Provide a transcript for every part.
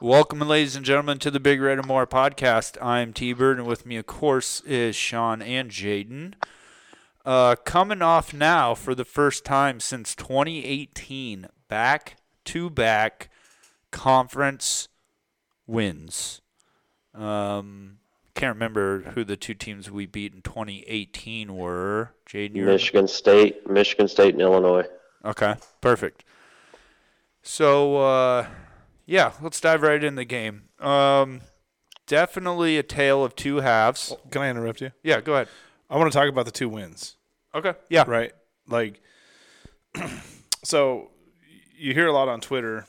Welcome, ladies and gentlemen, to the Big Red and More podcast. I'm T Bird, and with me, of course, is Sean and Jaden. Uh, coming off now for the first time since 2018, back to back conference wins. Um, can't remember who the two teams we beat in 2018 were. Jaden, you remember? Michigan State, Michigan State, and Illinois. Okay, perfect. So, uh, yeah, let's dive right in the game. Um, definitely a tale of two halves. Can I interrupt you? Yeah, go ahead. I want to talk about the two wins, Okay, yeah, right? Like, so you hear a lot on Twitter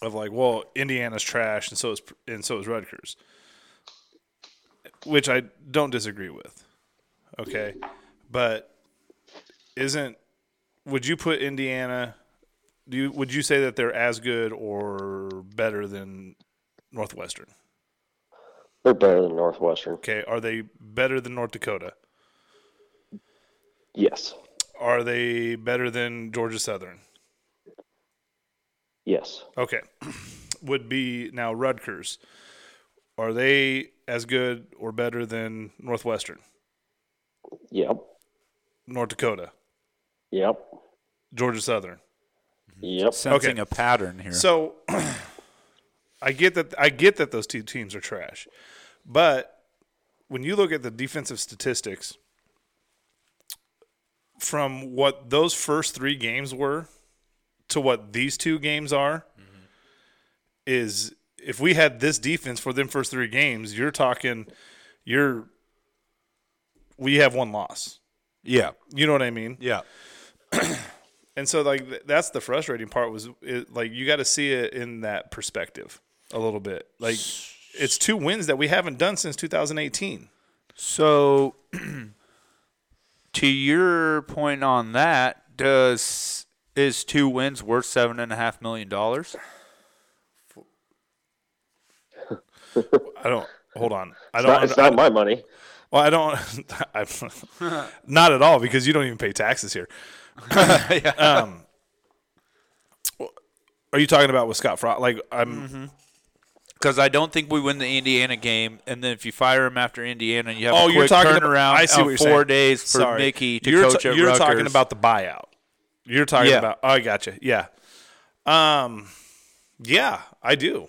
of like, well, Indiana's trash, and so is and so is Rutgers, which I don't disagree with. Okay, but isn't would you put Indiana? Do you, would you say that they're as good or better than Northwestern? They're better than Northwestern. Okay, are they better than North Dakota? Yes. Are they better than Georgia Southern? Yes. Okay. Would be now Rutgers. Are they as good or better than Northwestern, Yep. North Dakota, Yep. Georgia Southern? Yep. sensing a pattern here. So I get that I get that those two teams are trash. But when you look at the defensive statistics from what those first 3 games were to what these two games are is if we had this defense for them first 3 games, you're talking you're we have one loss. yeah, You know what I mean? yeah, And so like th- that's the frustrating part was it, like you got to see it in that perspective a little bit. Like it's two wins that we haven't done since 2018. So, to your point on that, does is two wins worth seven and a half million dollars? I don't hold on. I Not- don't it's not my money. well, I don't I'm, not at all because you don't even pay taxes here. um are you talking about with Scott Frost? Like I'm Mm-hmm. Because I don't think we win the Indiana game, and then if you fire him after Indiana, you have Oh, a quick you're talking about- turnaround I see of what you're four saying. days for Sorry. Mickey to you're coach ta- at You're talking Rutgers. about the buyout. You're talking Yeah. about. Oh, I gotcha. Yeah. Um. Yeah, I do. I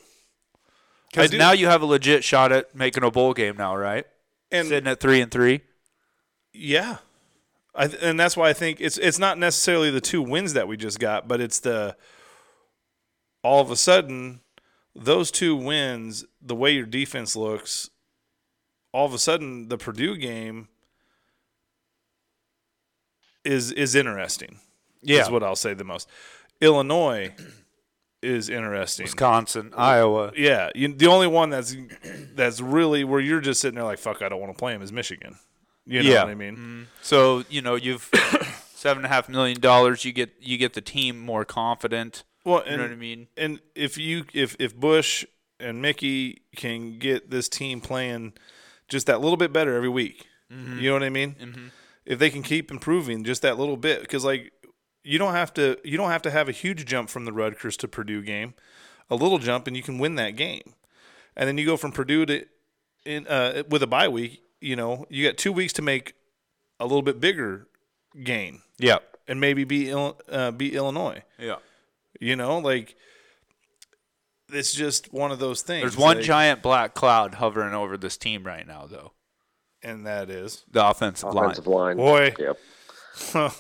because do. now you have a legit shot at making a bowl game now, right? And Sitting at three and three. yeah, I th- and that's why I think it's it's not necessarily the two wins that we just got, but it's the all of a sudden those two wins, the way your defense looks, all of a sudden the Purdue game is is interesting. Yeah, is what I'll say the most. Illinois is interesting. Wisconsin, Iowa. Yeah, you, the only one that's that's really where you're just sitting there like, fuck, I don't want to play him is Michigan. You know Yeah. what I mean? So you know you've seven and a half million dollars. You get you get the team more confident. Well, You and, know what I mean? and if you if if Bush and Mickey can get this team playing just that little bit better every week, Mm-hmm. you know what I mean? If they can keep improving just that little bit, because like you don't have to you don't have to have a huge jump from the Rutgers to Purdue game, a little jump and you can win that game, and then you go from Purdue to in uh, with a bye week. You know, you got two weeks to make a little bit bigger gain Yeah. and maybe be Ill, uh, be Illinois. Yeah. You know, like it's just one of those things. There's one like- giant black cloud hovering over this team right now, though. and that is The offensive, Offensive line. line. boy. Yep.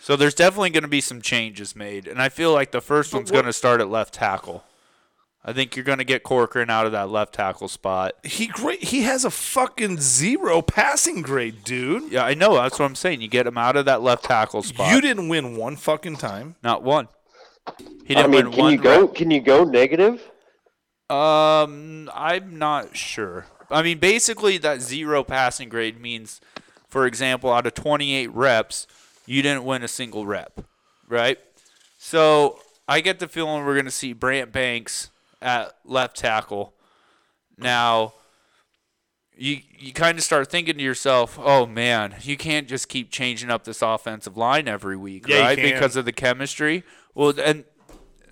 So there's definitely going to be some changes made, and I feel like the first one's going to start at left tackle. I think you're going to get Corcoran out of that left tackle spot. He great. He has a fucking zero passing grade, dude. Yeah, I know. That's what I'm saying. You get him out of that left tackle spot. You didn't win one fucking time. Not one. He didn't I mean, win can one. you go? Can you go negative? Um, I'm not sure. I mean, basically, that zero passing grade means, for example, out of 28 reps, you didn't win a single rep, right? So I get the feeling we're going to see Brant Banks at left tackle. Now, you you kind of start thinking to yourself, oh man, you can't just keep changing up this offensive line every week, Yeah, you right? can. Because of the chemistry. Well, and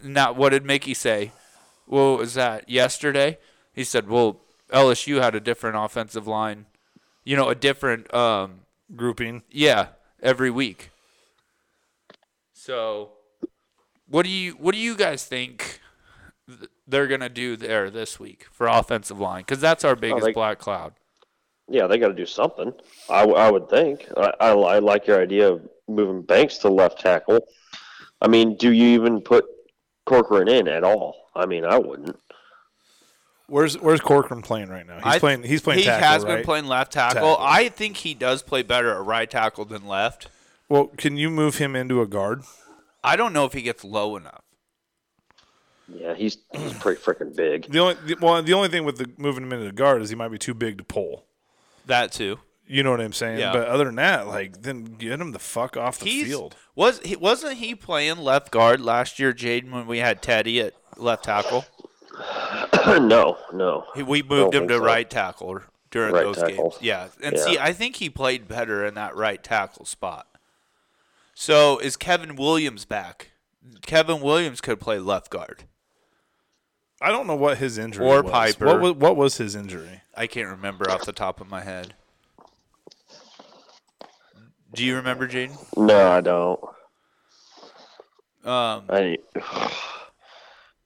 not what did Mickey say? what was that yesterday? He said, "Well, LSU had a different offensive line, you know, a different um, grouping. yeah, every week. So, what do you what do you guys think th- they're gonna do there this week for offensive line? Because that's our biggest like- black cloud. Yeah, they got to do something. I, w- I would think. I, I, li- I like your idea of moving Banks to left tackle. I mean, do you even put Corcoran in at all? I mean, I wouldn't. Where's Where's Corcoran playing right now? He's I- playing. He's playing. He tackle, has been right? playing left tackle. Tackle. I think he does play better at right tackle than left. Well, can you move him into a guard? I don't know if he gets low enough. Yeah, he's he's pretty freaking big. The only the, well, the only thing with the moving him into the guard is he might be too big to pull. That too. You know what I'm saying? Yeah. But other than that, like then get him the fuck off the He's field. was he wasn't he playing left guard last year, Jaden, when we had Teddy at left tackle. no, no. He- We moved him think to so. right tackle during Right those tackle. games. Yeah. And Yeah. see, I think he played better in that right tackle spot. So is Kevin Williams back? Kevin Williams could play left guard. I don't know what his injury Or was. Piper. What was, what was his injury? I can't remember off the top of my head. Do you remember, Jaden? No, I don't. Um, I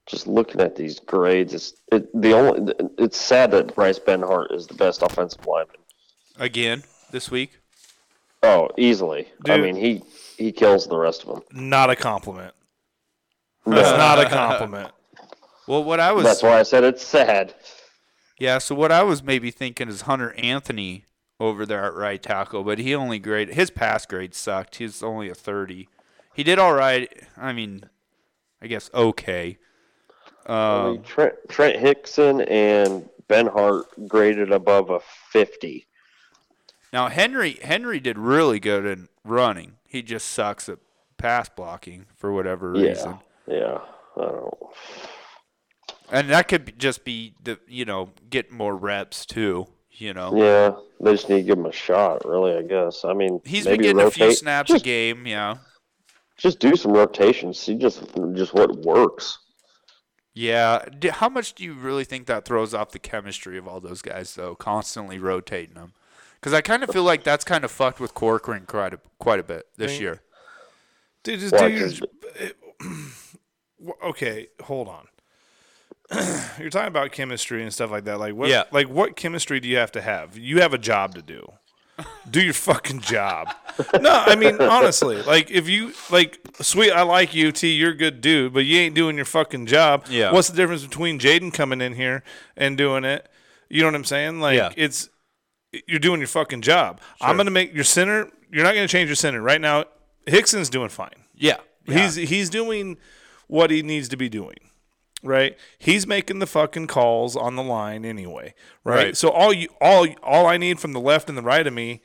just looking at these grades. It's it, the only. It's sad that Bryce Benhart is the best offensive lineman. again this week. Oh, easily. I Dude. mean, he he kills the rest of them. Not a compliment. That's not a compliment. Well, what I was That's why I said it's sad. Yeah, so what I was maybe thinking is Hunter Anthony over there at right tackle, but he only grade his pass grade sucked. He's only a thirty. He did all right. I mean, I guess okay. I Um, mean, Trent, Trent Hickson and Ben Hart graded above a 50. Now Henry Henry did really good in running. He just sucks at pass blocking for whatever reason. Yeah. Yeah. I don't. And that could be- just be the you know, get more reps too, you know. Yeah. They just need to give him a shot, really, I guess. I mean, He's maybe been getting rotate. a few snaps a Just, game, yeah. just do some rotations. See just just what works. Yeah. D- How much do you really think that throws off the chemistry of all those guys, though, constantly rotating them? Because I kind of feel like that's kind of fucked with Corcoran quite a, quite a bit this Think- year. Dude, just Well, do your. just- Wh- okay, hold on. You're talking about chemistry and stuff like that. Like what? Yeah. Like what chemistry do you have to have? You have a job to do. Do your fucking job. no, I mean honestly, like if you like, sweet, I like you, T. You're a good dude, but you ain't doing your fucking job. Yeah. What's the difference between Jaden coming in here and doing it? You know what I'm saying? Like Yeah. it's you're doing your fucking job. I'm gonna make your center. You're not gonna change your center right now. Hickson's doing fine. Yeah. He's he's doing what he needs to be doing. Right? He's making the fucking calls on the line anyway. Right? Right. So all you all all I need from the left and the right of me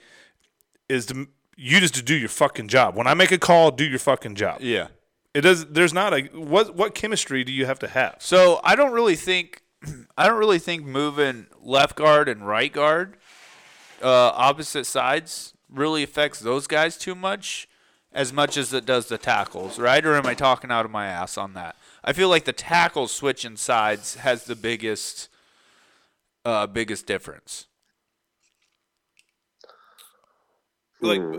is to you just to do your fucking job. When I make a call, do your fucking job. yeah. It does there's not a what what chemistry do you have to have? So I don't really think I don't really think moving left guard and right guard uh, opposite sides really affects those guys too much as much as it does the tackles, right? Or am I talking out of my ass on that? I feel like the tackles switching sides has the biggest uh, biggest difference. Like Hmm.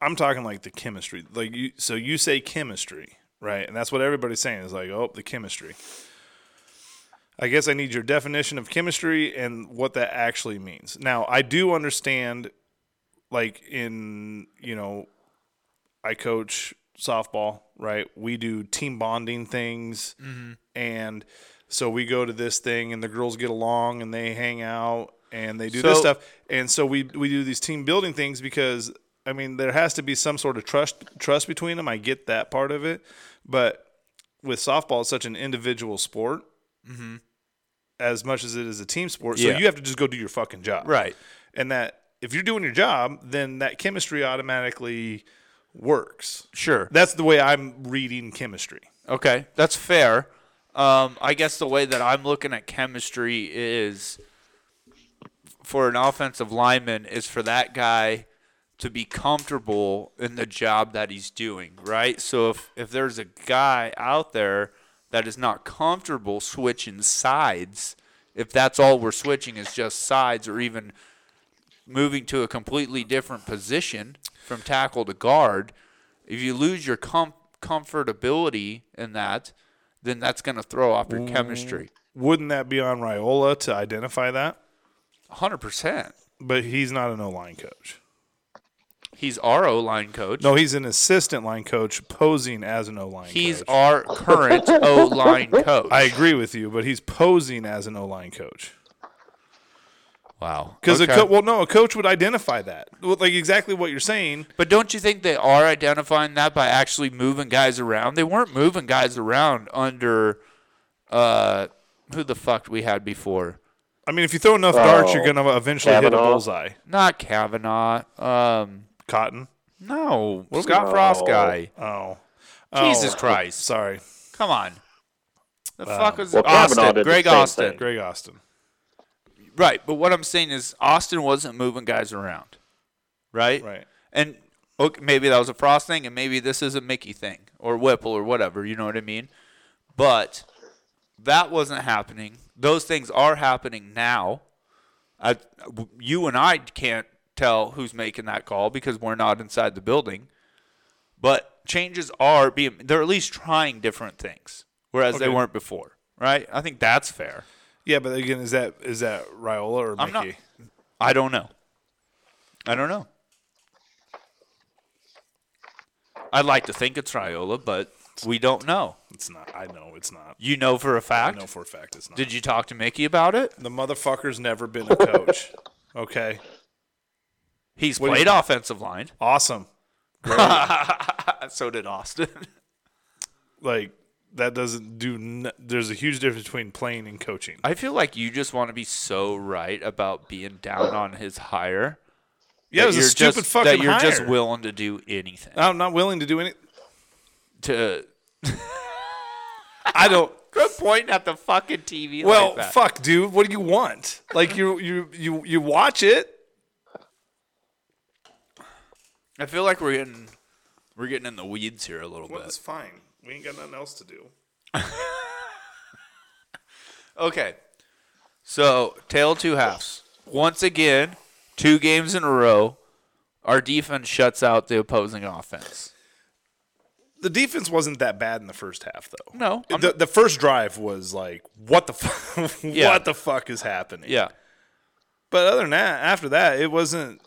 I'm talking like the chemistry. Like you so you say chemistry, right? And that's what everybody's saying is like, "Oh, the chemistry." I guess I need your definition of chemistry and what that actually means. Now, I do understand, like in you know, I coach softball, right? We do team bonding things, and so we go to this thing, and the girls get along, and they hang out, and they do this So- stuff, and so we we do these team building things because I mean there has to be some sort of trust trust between them. I get that part of it, but with softball, it's such an individual sport as much as it is a team sport. So Mm-hmm. Yeah. you have to just go do your fucking job. And that if you're doing your job, then that chemistry automatically works. Sure. That's the way I'm reading chemistry. Okay, that's fair. Um, I guess the way that I'm looking at chemistry is for an offensive lineman is for that guy to be comfortable in the job that he's doing, right? So if if there's a guy out there that is not comfortable switching sides if that's all we're switching is just sides or even moving to a completely different position from tackle to guard, if you lose your com- comfortability in that, then that's going to throw off your chemistry. Wouldn't that be on Raiola to identify that? Mm. 100%. But he's not an O line coach. He's our O line coach. No, he's an assistant line coach posing as an O line. He's coach. our current O line coach. I agree with you, but he's posing as an O line coach. wow. Because Okay. a co- well, no, a coach would identify that, Well, like exactly what you're saying. But don't you think they are identifying that by actually moving guys around? They weren't moving guys around under uh who the fuck we had before. I mean, if you throw enough darts, you're Oh, going to eventually hit Kavanaugh. a bullseye. Not Kavanaugh. Um Cotton. no, Scott Frost guy. Oh, Jesus Oh, Christ. Sorry, Come on. The fuck was Well, Kavanaugh Austin? did the Greg same Austin. thing. Greg Austin. Right, but what I'm saying is Austin wasn't moving guys around. Right? Right. And okay, maybe that was a Frost thing, and maybe this is a Mickey thing or Whipple or whatever. You know what I mean? But that wasn't happening. Those things are happening now. I, you and I can't tell who's making that call because we're not inside the building. But changes are being, they're at least trying different things, whereas they Okay. weren't before, right? I think that's fair. Yeah, but again, is that is that Raiola or I'm not- Mickey? I don't know. I don't know. I'd like to think it's Riola, but we don't know. It's not. I know it's not. You know for a I fact. know for a fact it's not. Did you talk to Mickey about it? the motherfucker's never been a coach. okay, He's What do you played mean? offensive line. awesome. Uh, so did Austin. Like that doesn't do. N- There's a huge difference between playing and coaching. I feel like you just want to be so right about being down on his hire. yeah, it was a you're stupid just, fucking That you're just hire. Uh, willing to do anything. I'm not willing to do any. to I don't. quit pointing at the fucking TV. Well, like that. fuck, dude. What do you want? Like you, you, you, you watch it. I feel like we're getting we're getting in the weeds here a little bit. fine. We ain't got nothing else to do. Okay. So, tail of two halves. Once again, two games in a row, our defense shuts out the opposing offense. The defense wasn't that bad in the first half, though. No, I'm- the, the first drive was like, what the fuck? Yeah. What the fuck is happening? Yeah. But other than that, after that, it wasn't.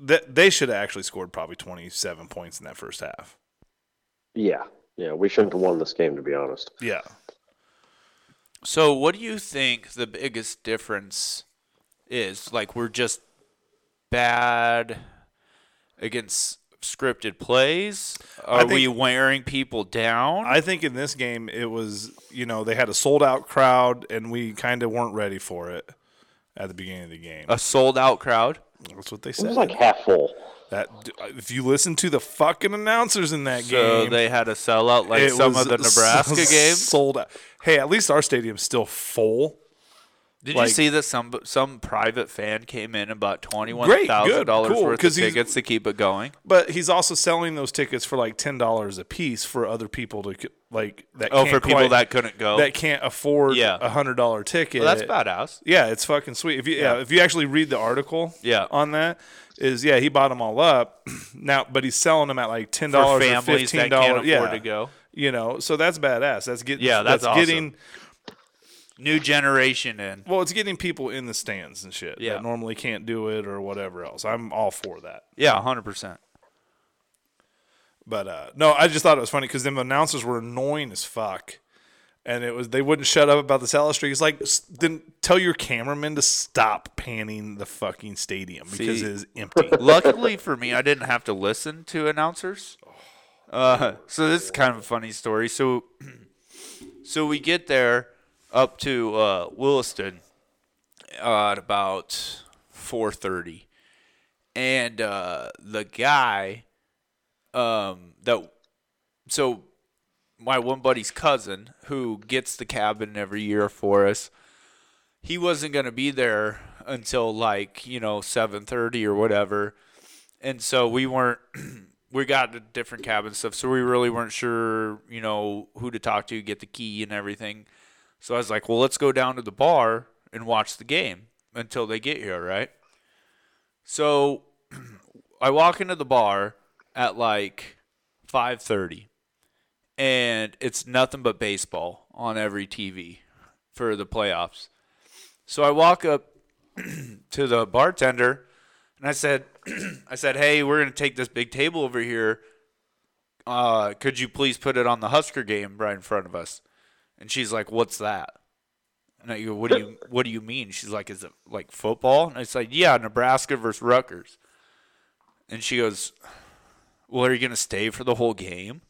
That they should have actually scored probably twenty seven points in that first half. Yeah, yeah, we shouldn't have won this game to be honest. Yeah. So, what do you think the biggest difference is? Like, we're just bad against scripted plays? Are we think- wearing people down? I think in this game it was you know they had a sold out crowd and we kind of weren't ready for it at the beginning of the game. a sold out crowd? That's what they It said. was like half full. that if you listen to the fucking announcers in that So, game, they had a sellout like it some was of the Nebraska so- games? sold out. Hey, at least our stadium's still full. Did Like- you see that some some private fan came in and bought twenty one Great, thousand good, dollars cool, worth of 'cause he's- tickets to keep it going? But he's also selling those tickets for like ten dollars a piece for other people to c- like that. Oh, can't for people quite- that couldn't go. that can't afford Yeah. a hundred dollar ticket. well, that's badass. Yeah, it's fucking sweet. If you yeah. if you actually read the article, Yeah. on that is yeah, he bought them all up now, but he's selling them at like ten For dollars or families fifteen that can't dollars. afford Yeah, to go. you know, so that's badass. That's getting Yeah, that's awesome. getting New generation in. well, it's getting people in the stands and shit Yeah. that normally can't do it or whatever else. I'm all for that. Yeah, hundred percent. But uh, no, I just thought it was funny because them announcers were annoying as fuck, and it was they wouldn't shut up about the salad streak. It's like s- then tell your cameraman to stop panning the fucking stadium because See. it is empty. Luckily for me, I didn't have to listen to announcers. Uh, so this is kind of a funny story. So, so we get there up to uh, Williston uh, at about four thirty, and uh, the guy um, that so my one buddy's cousin who gets the cabin every year for us he wasn't going to be there until like you know 7.30 or whatever and so we weren't we got the different cabin stuff, so we really weren't sure, you know, who to talk to, get the key and everything. So I was like, well, let's go down to the bar and watch the game until they get here, right? So I walk into the bar at like 5:30 and it's nothing but baseball on every TV for the playoffs. So I walk up to the bartender and I said I said, "Hey, we're going to take this big table over here. Uh, could you please put it on the Husker game right in front of us?" And she's like, "What's that?" And I go, "What do you What do you mean?" She's like, "Is it like football?" And I said, "Yeah, Nebraska versus Rutgers." And she goes, "Well, are you going to stay for the whole game?"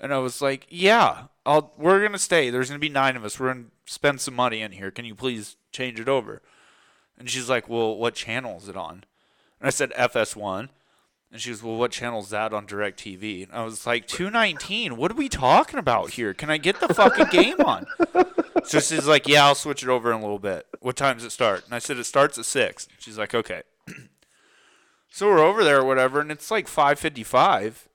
And I was like, "Yeah, I'll, we're going to stay. There's going to be nine of us. We're going to spend some money in here. Can you please change it over?" And she's like, "Well, what channel is it on?" And I said FS1. And she was, well, what channel's that on DirecTV? And I was like, 219. What are we talking about here? Can I get the fucking game on? So she's like, yeah, I'll switch it over in a little bit. What time does it start? And I said, it starts at 6. She's like, okay. so we're over there or whatever, and it's like 555.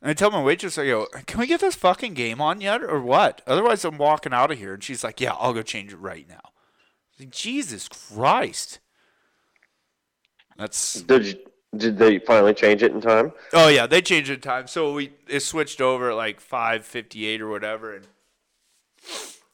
And I tell my waitress, I go, can we get this fucking game on yet or what? Otherwise, I'm walking out of here. And she's like, yeah, I'll go change it right now. I was like, Jesus Christ. That's Did you, did they finally change it in time? Oh yeah, they changed the time. So we it switched over at like five fifty eight or whatever, and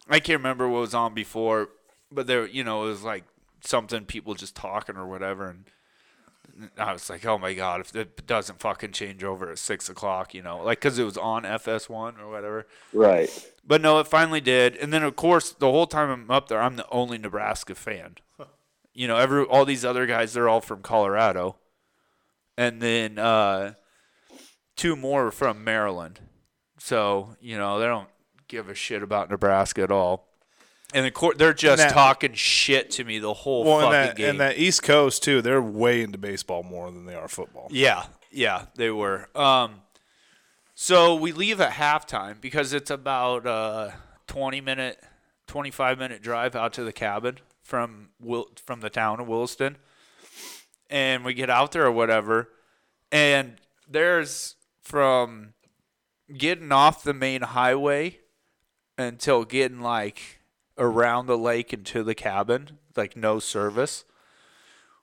I can't remember what was on before, but there you know it was like something people just talking or whatever, and I was like, oh my god, if it doesn't fucking change over at six o'clock, you know, like because it was on FS one or whatever. Right. But no, it finally did. And then of course, the whole time I'm up there, I'm the only Nebraska fan. You know, every all these other guys, they're all from Colorado. And then uh two more are from Maryland. So, you know, they don't give a shit about Nebraska at all. And of course, they're just Nah. talking shit to me the whole Well, fucking and that, game. and that East Coast too, they're way into baseball more than they are football. Yeah, yeah, they were. Um, so we leave at halftime because it's about a twenty minute, twenty five minute drive out to the cabin from Wil- from the town of Williston, and we get out there or whatever, and there's from getting off the main highway until getting like around the lake and to the cabin, like no service.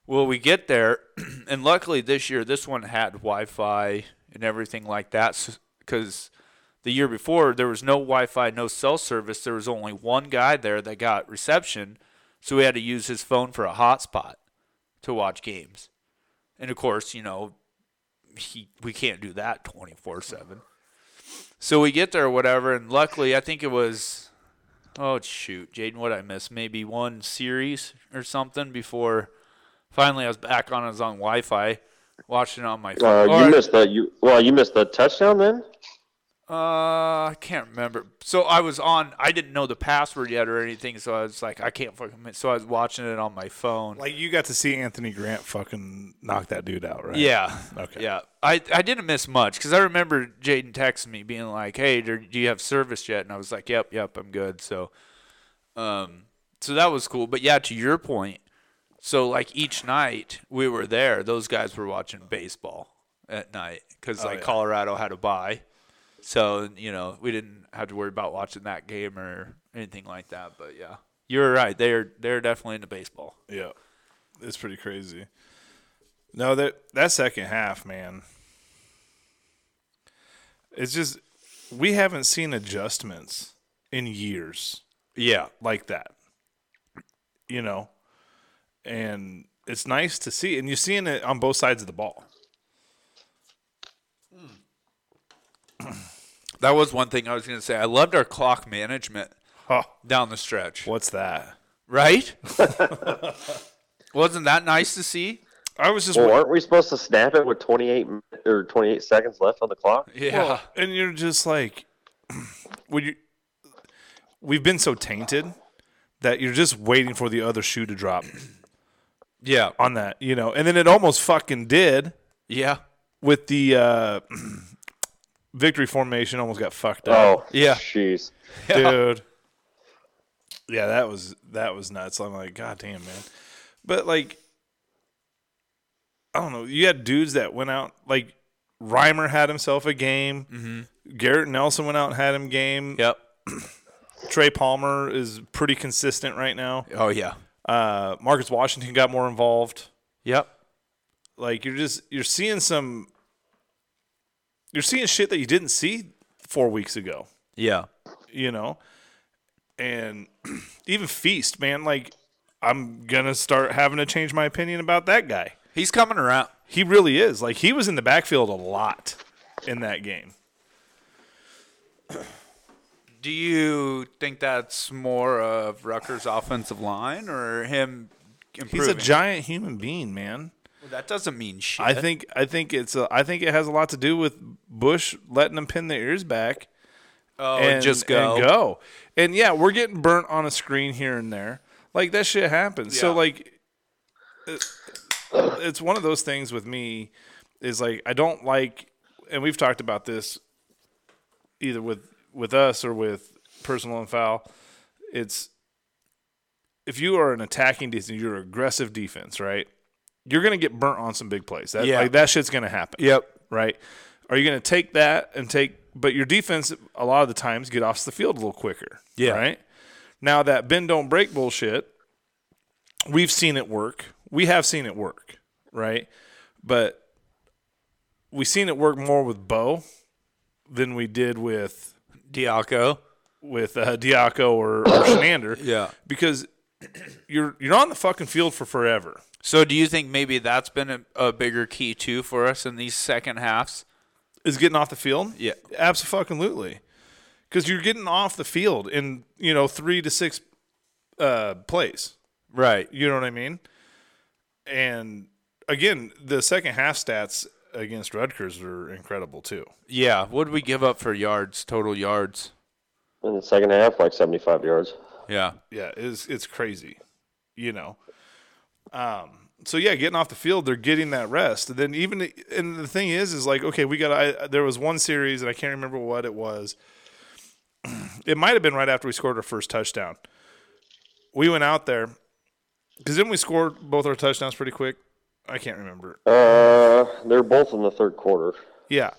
Well, we get there, and luckily this year, this one had Wi Fi and everything like that. Because the year before, there was no Wi Fi, no cell service. There was only one guy there that got reception. So we had to use his phone for a hotspot to watch games. And of course, you know, he, we can't do that 24 7. So we get there, whatever. And luckily, I think it was, oh, shoot, Jaden, what I miss? Maybe one series or something before finally I was back on. I was on Wi Fi, watching it on my Uh, phone. you Or- missed the you well, you missed the touchdown then. uh, I can't remember. So I was on. I didn't know the password yet or anything. So I was like, I can't fucking. miss- So I was watching it on my phone. Like you got to see Anthony Grant fucking knock that dude out, right? yeah. Okay. Yeah. I, I didn't miss much because I remember Jaden texting me being like, "Hey, do, do you have service yet?" And I was like, "Yep, yep, I'm good." So, um, so that was cool. But yeah, to your point, so like each night we were there, those guys were watching baseball at night because like yeah. Colorado had a bye, so you know we didn't have to worry about watching that game or anything like that. But yeah, you're right. They're they're definitely into baseball. Yeah. It's pretty crazy. No, that that second half, man. It's just we haven't seen adjustments in years Yeah. like that. You know. And it's nice to see and you're seeing it on both sides of the ball. That was one thing I was going to say. I loved our clock management Huh. down the stretch. What's that? Right? Wasn't that nice to see? I was just Well, aren't we supposed to snap it with 28 min- or 28 seconds left on the clock? Yeah. and you're just like when you we've been so tainted that you're just waiting for the other shoe to drop yeah. on that, you know. And then it almost fucking did Yeah. with the uh victory formation almost got fucked up. Oh, Yeah. Jeez. dude. Yeah, that was that was nuts. I'm like, god damn, man. But like I don't know, you had dudes that went out like Reimer had himself a game. Garrett Nelson went out and had him game. Yep. Trey Palmer is pretty consistent right now. Oh yeah. Uh, Marcus Washington got more involved. Yep. Like you're just you're seeing some you're seeing shit that you didn't see four weeks ago. Yeah. you know and even feast man like i'm gonna start having to change my opinion about that guy He's coming around. he really is like he was in the backfield a lot in that game Do you think that's more of Rucker's offensive line or him he's improving? a giant human being man That doesn't mean shit. i think i think it's a, i think it has a lot to do with bush letting them pin their ears back oh, and just go. and go. And yeah, we're getting burnt on a screen here and there. Like that shit happens. So Yeah. like, it- it's one of those things with me is like I don't like, and we've talked about this either with with us or with personal and foul. It's if you are an attacking defense, you're aggressive defense, right? You're gonna get burnt on some big plays. That, Yeah. Like that shit's gonna happen Yep. right? Are you going to take that and take? But your defense, a lot of the times, get off the field a little quicker. Yeah. Right. Now that bend don't break bullshit, we've seen it work. We have seen it work, right? But we've seen it work more with Bo than we did with Diaco. with uh, Diaco or, or Shenander. Yeah. Because you're you're on the fucking field for forever. So do you think maybe that's been a, a bigger key too for us in these second halves? is getting off the field. Yeah. absolutely. Because you're getting off the field in you know three to six uh, plays. Right. You know what I mean? And again, the second half stats against Rutgers are incredible too. Yeah. What did we give up for yards? Total yards. in the second half, like seventy-five yards. Yeah. Yeah, it's it's crazy. You know. Um. So yeah, getting off the field, they're getting that rest. And then even and the thing is, is like okay, we got. I there was one series and I can't remember what it was. It might have been right after we scored our first touchdown. We went out there because then we scored both our touchdowns pretty quick. I can't remember. Uh, they're both in the third quarter. Yeah.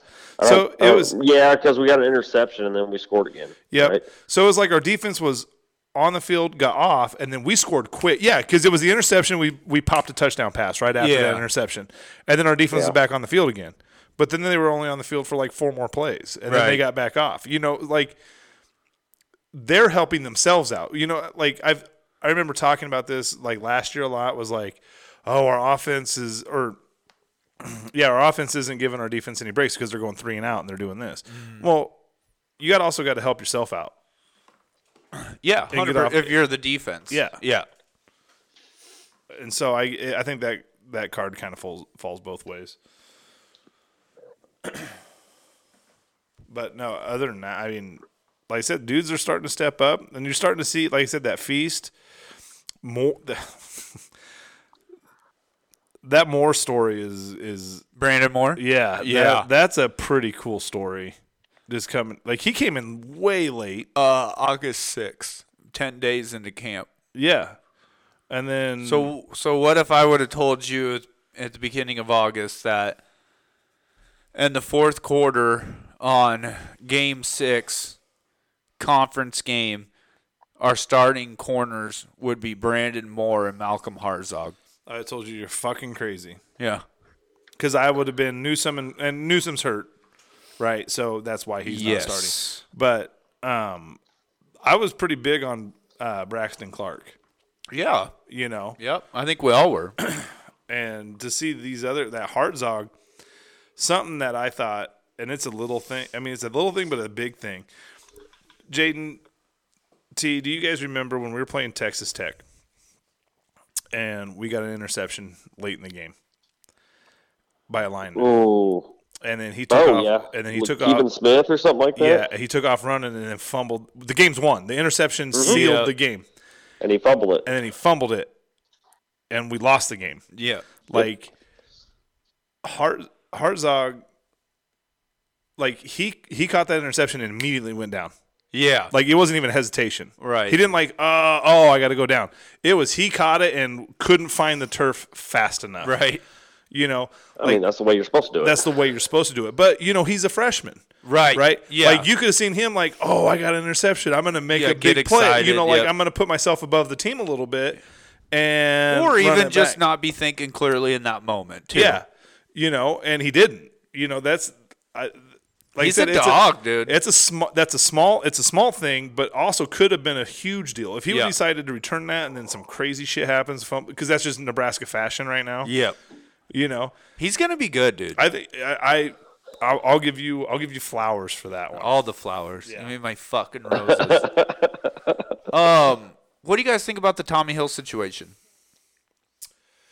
So Uh, it was yeah, because we got an interception and then we scored again. Yep. right? So it was like our defense was on the field, got off, and then we scored quick. Yeah, because it was the interception. We we popped a touchdown pass right after Yeah. that interception, and then our defense was back on the field again. But then they were only on the field for like four more plays, and then Right. they got back off. You know, like they're helping themselves out. You know, like I've I remember talking about this like last year a lot was like, oh, our offense is or yeah, our offense isn't giving our defense any breaks because they're going three and out and they're doing this. Mm. Well, you got also got to help yourself out. Yeah. get 100% off- if you're the defense. Yeah. Yeah. and so I I think that that card kind of falls falls both ways. but no, other than that, I mean, like I said, dudes are starting to step up, and you're starting to see, like I said, that feast more. that more story is is Brandon Moore. yeah that- Yeah. that's a pretty cool story. Just coming like he came in way late. Uh, August sixth. Ten days into camp. Yeah, and then So so what if I would have told you at the beginning of August that in the fourth quarter on game 6 conference game our starting corners would be Brandon Moore and Malcolm Harzog. I told you you're fucking crazy. Yeah. because I would have been Newsom and, and Newsom's hurt, right? So that's why he's yes. not starting. But um, I was pretty big on uh, Braxton Clark, Yeah. you know, Yep. I think we all were. and to see these other that Hartzog, something that I thought, and it's a little thing. I mean, it's a little thing, but a big thing. Jaden T, do you guys remember when we were playing Texas Tech? And we got an interception late in the game by a lineman. Ooh. and then he took Oh off, yeah. and then he With took Keevan off. Smith or something like that. Yeah, he took off running and then fumbled. The game's won. The interception Mm-hmm. sealed Yeah. the game, And he fumbled it. and then he fumbled it, and we lost the game. yeah. Like Hart Hartzog, like he he caught that interception and immediately went down. Yeah. Like it wasn't even hesitation. Right. He didn't like uh, oh I got to go down. It was he caught it and couldn't find the turf fast enough. right. You know, I mean, that's the way you're supposed to do it. that's the way you're supposed to do it. But you know, he's a freshman. Right. Right. Yeah. Like you could have seen him like, oh, I got an interception. I'm going to make Yeah, a big get play. You excited, know, like yep. I'm going to put myself above the team a little bit, and or run even it just back. not be thinking clearly in that moment. Too. Yeah. You know, and he didn't. You know, that's I, like He's I said, a it's dog, dude. It's a small. That's a small. It's a small thing, but also could have been a huge deal if he would Yeah. have decided to return that, and then some crazy shit happens because that's just Nebraska fashion right now. Yep. You know, He's gonna be good, dude. I think I, I I'll, I'll give you I'll give you flowers for that one. All the flowers. I mean, my fucking roses. um, what do you guys think about the Tommy Hill situation?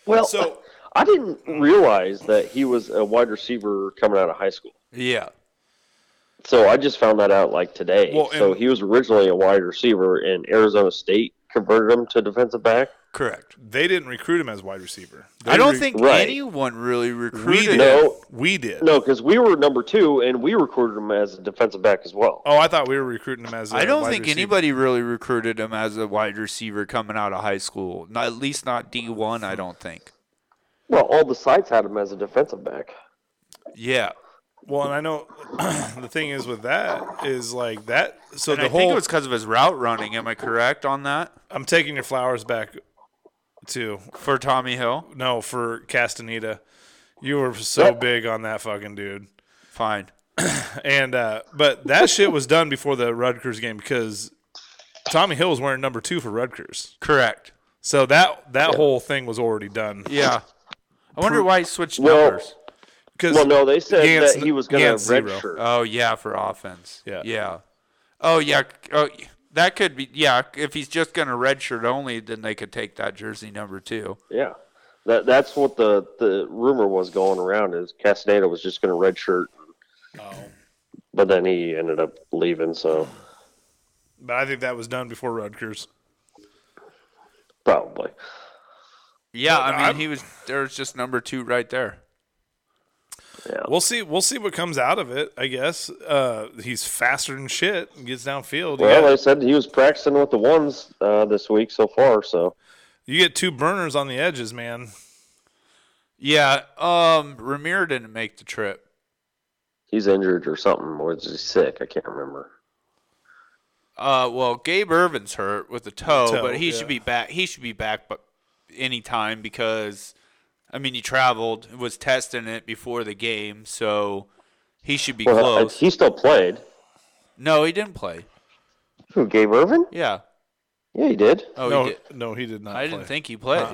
well, So- I didn't realize that he was a wide receiver coming out of high school. Yeah. So I just found that out like today. Well, and- so he was originally a wide receiver, and Arizona State converted him to defensive back. Correct. They didn't recruit him as wide receiver. They I don't re- think right. anyone really we recruited did. him. No. We did. No, because we were number two, and we recruited him as a defensive back as well. Oh, I thought we were recruiting him as. I I don't think anybody really recruited him as a wide receiver coming out of high school. Not, at least not D1, I don't think. Well, all the sites had him as a defensive back. Yeah. Well, and I know the thing is with that is like that. So And the I whole think it was because of his route running. Am I correct on that? I'm taking your flowers back too. For Tommy Hill? No, for Castaneda. You were so big on that fucking dude. Fine. And uh but that shit was done before the Rutgers game because Tommy Hill was wearing number two for Rutgers. Correct. So that that whole thing was already done. Yeah. I wonder why he switched Well- numbers. Because Well, no, they said Gantz- that he was going to Gantz zero. redshirt. Oh, yeah, for offense. Yeah. Yeah. Oh, yeah. Oh, y- that could be. Yeah. If he's just going to redshirt only, then they could take that jersey number two. Yeah, that that's what the the rumor was going around is Castaneda was just going to redshirt. Oh. But then he ended up leaving, so but I think that was done before Rutgers. probably. Yeah. I mean, I'm- he was. There's just number two right there. We'll see. We'll see what comes out of it. I guess uh, he's faster than shit and gets downfield. You Well, got- they said he was practicing with the ones uh, this week so far. So you get two burners on the edges, man. Yeah. Um, Ramir didn't make the trip. he's injured or something, or is he sick? I can't remember. Uh, well, Gabe Irvin's hurt with a toe, Toe, but he yeah. should be back. He should be back, but anytime because, I mean, he traveled, was testing it before the game, so he should be Well, close. he still played. no, he didn't play. Who Gabe Irvin? Yeah. Yeah, he did. Oh, no, he did. no, he did not. I didn't play. Uh-uh. think he played.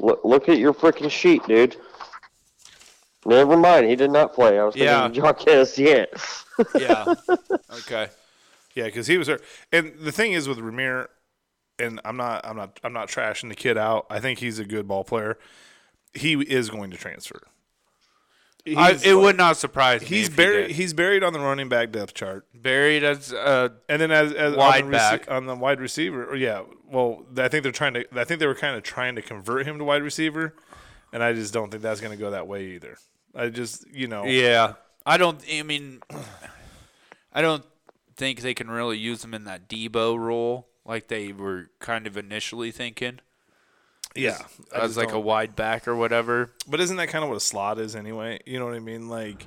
Look, look at your freaking sheet, dude. Never mind, he did not play. I was thinking Yeah. yeah. John Cassian. Yeah. okay. Yeah, because he was hurt. And the thing is with Ramir, and I'm not, I'm not, I'm not trashing the kid out. I think he's a good ball player. He is going to transfer. I, He's, it would not surprise me. he's if he buried. did. he's buried on the running back depth chart, buried as uh, and then as, as Wide on, the back. on the wide receiver. Or yeah, well, I think they're trying to. I think they were kind of trying to convert him to wide receiver, and I just don't think that's going to go that way either. I just, you know, Yeah, I don't. I mean, I don't think they can really use him in that Debo role like they were kind of initially thinking yeah. I as just like a don't- wide back or whatever. but isn't that kind of what a slot is anyway? You know what I mean? Like.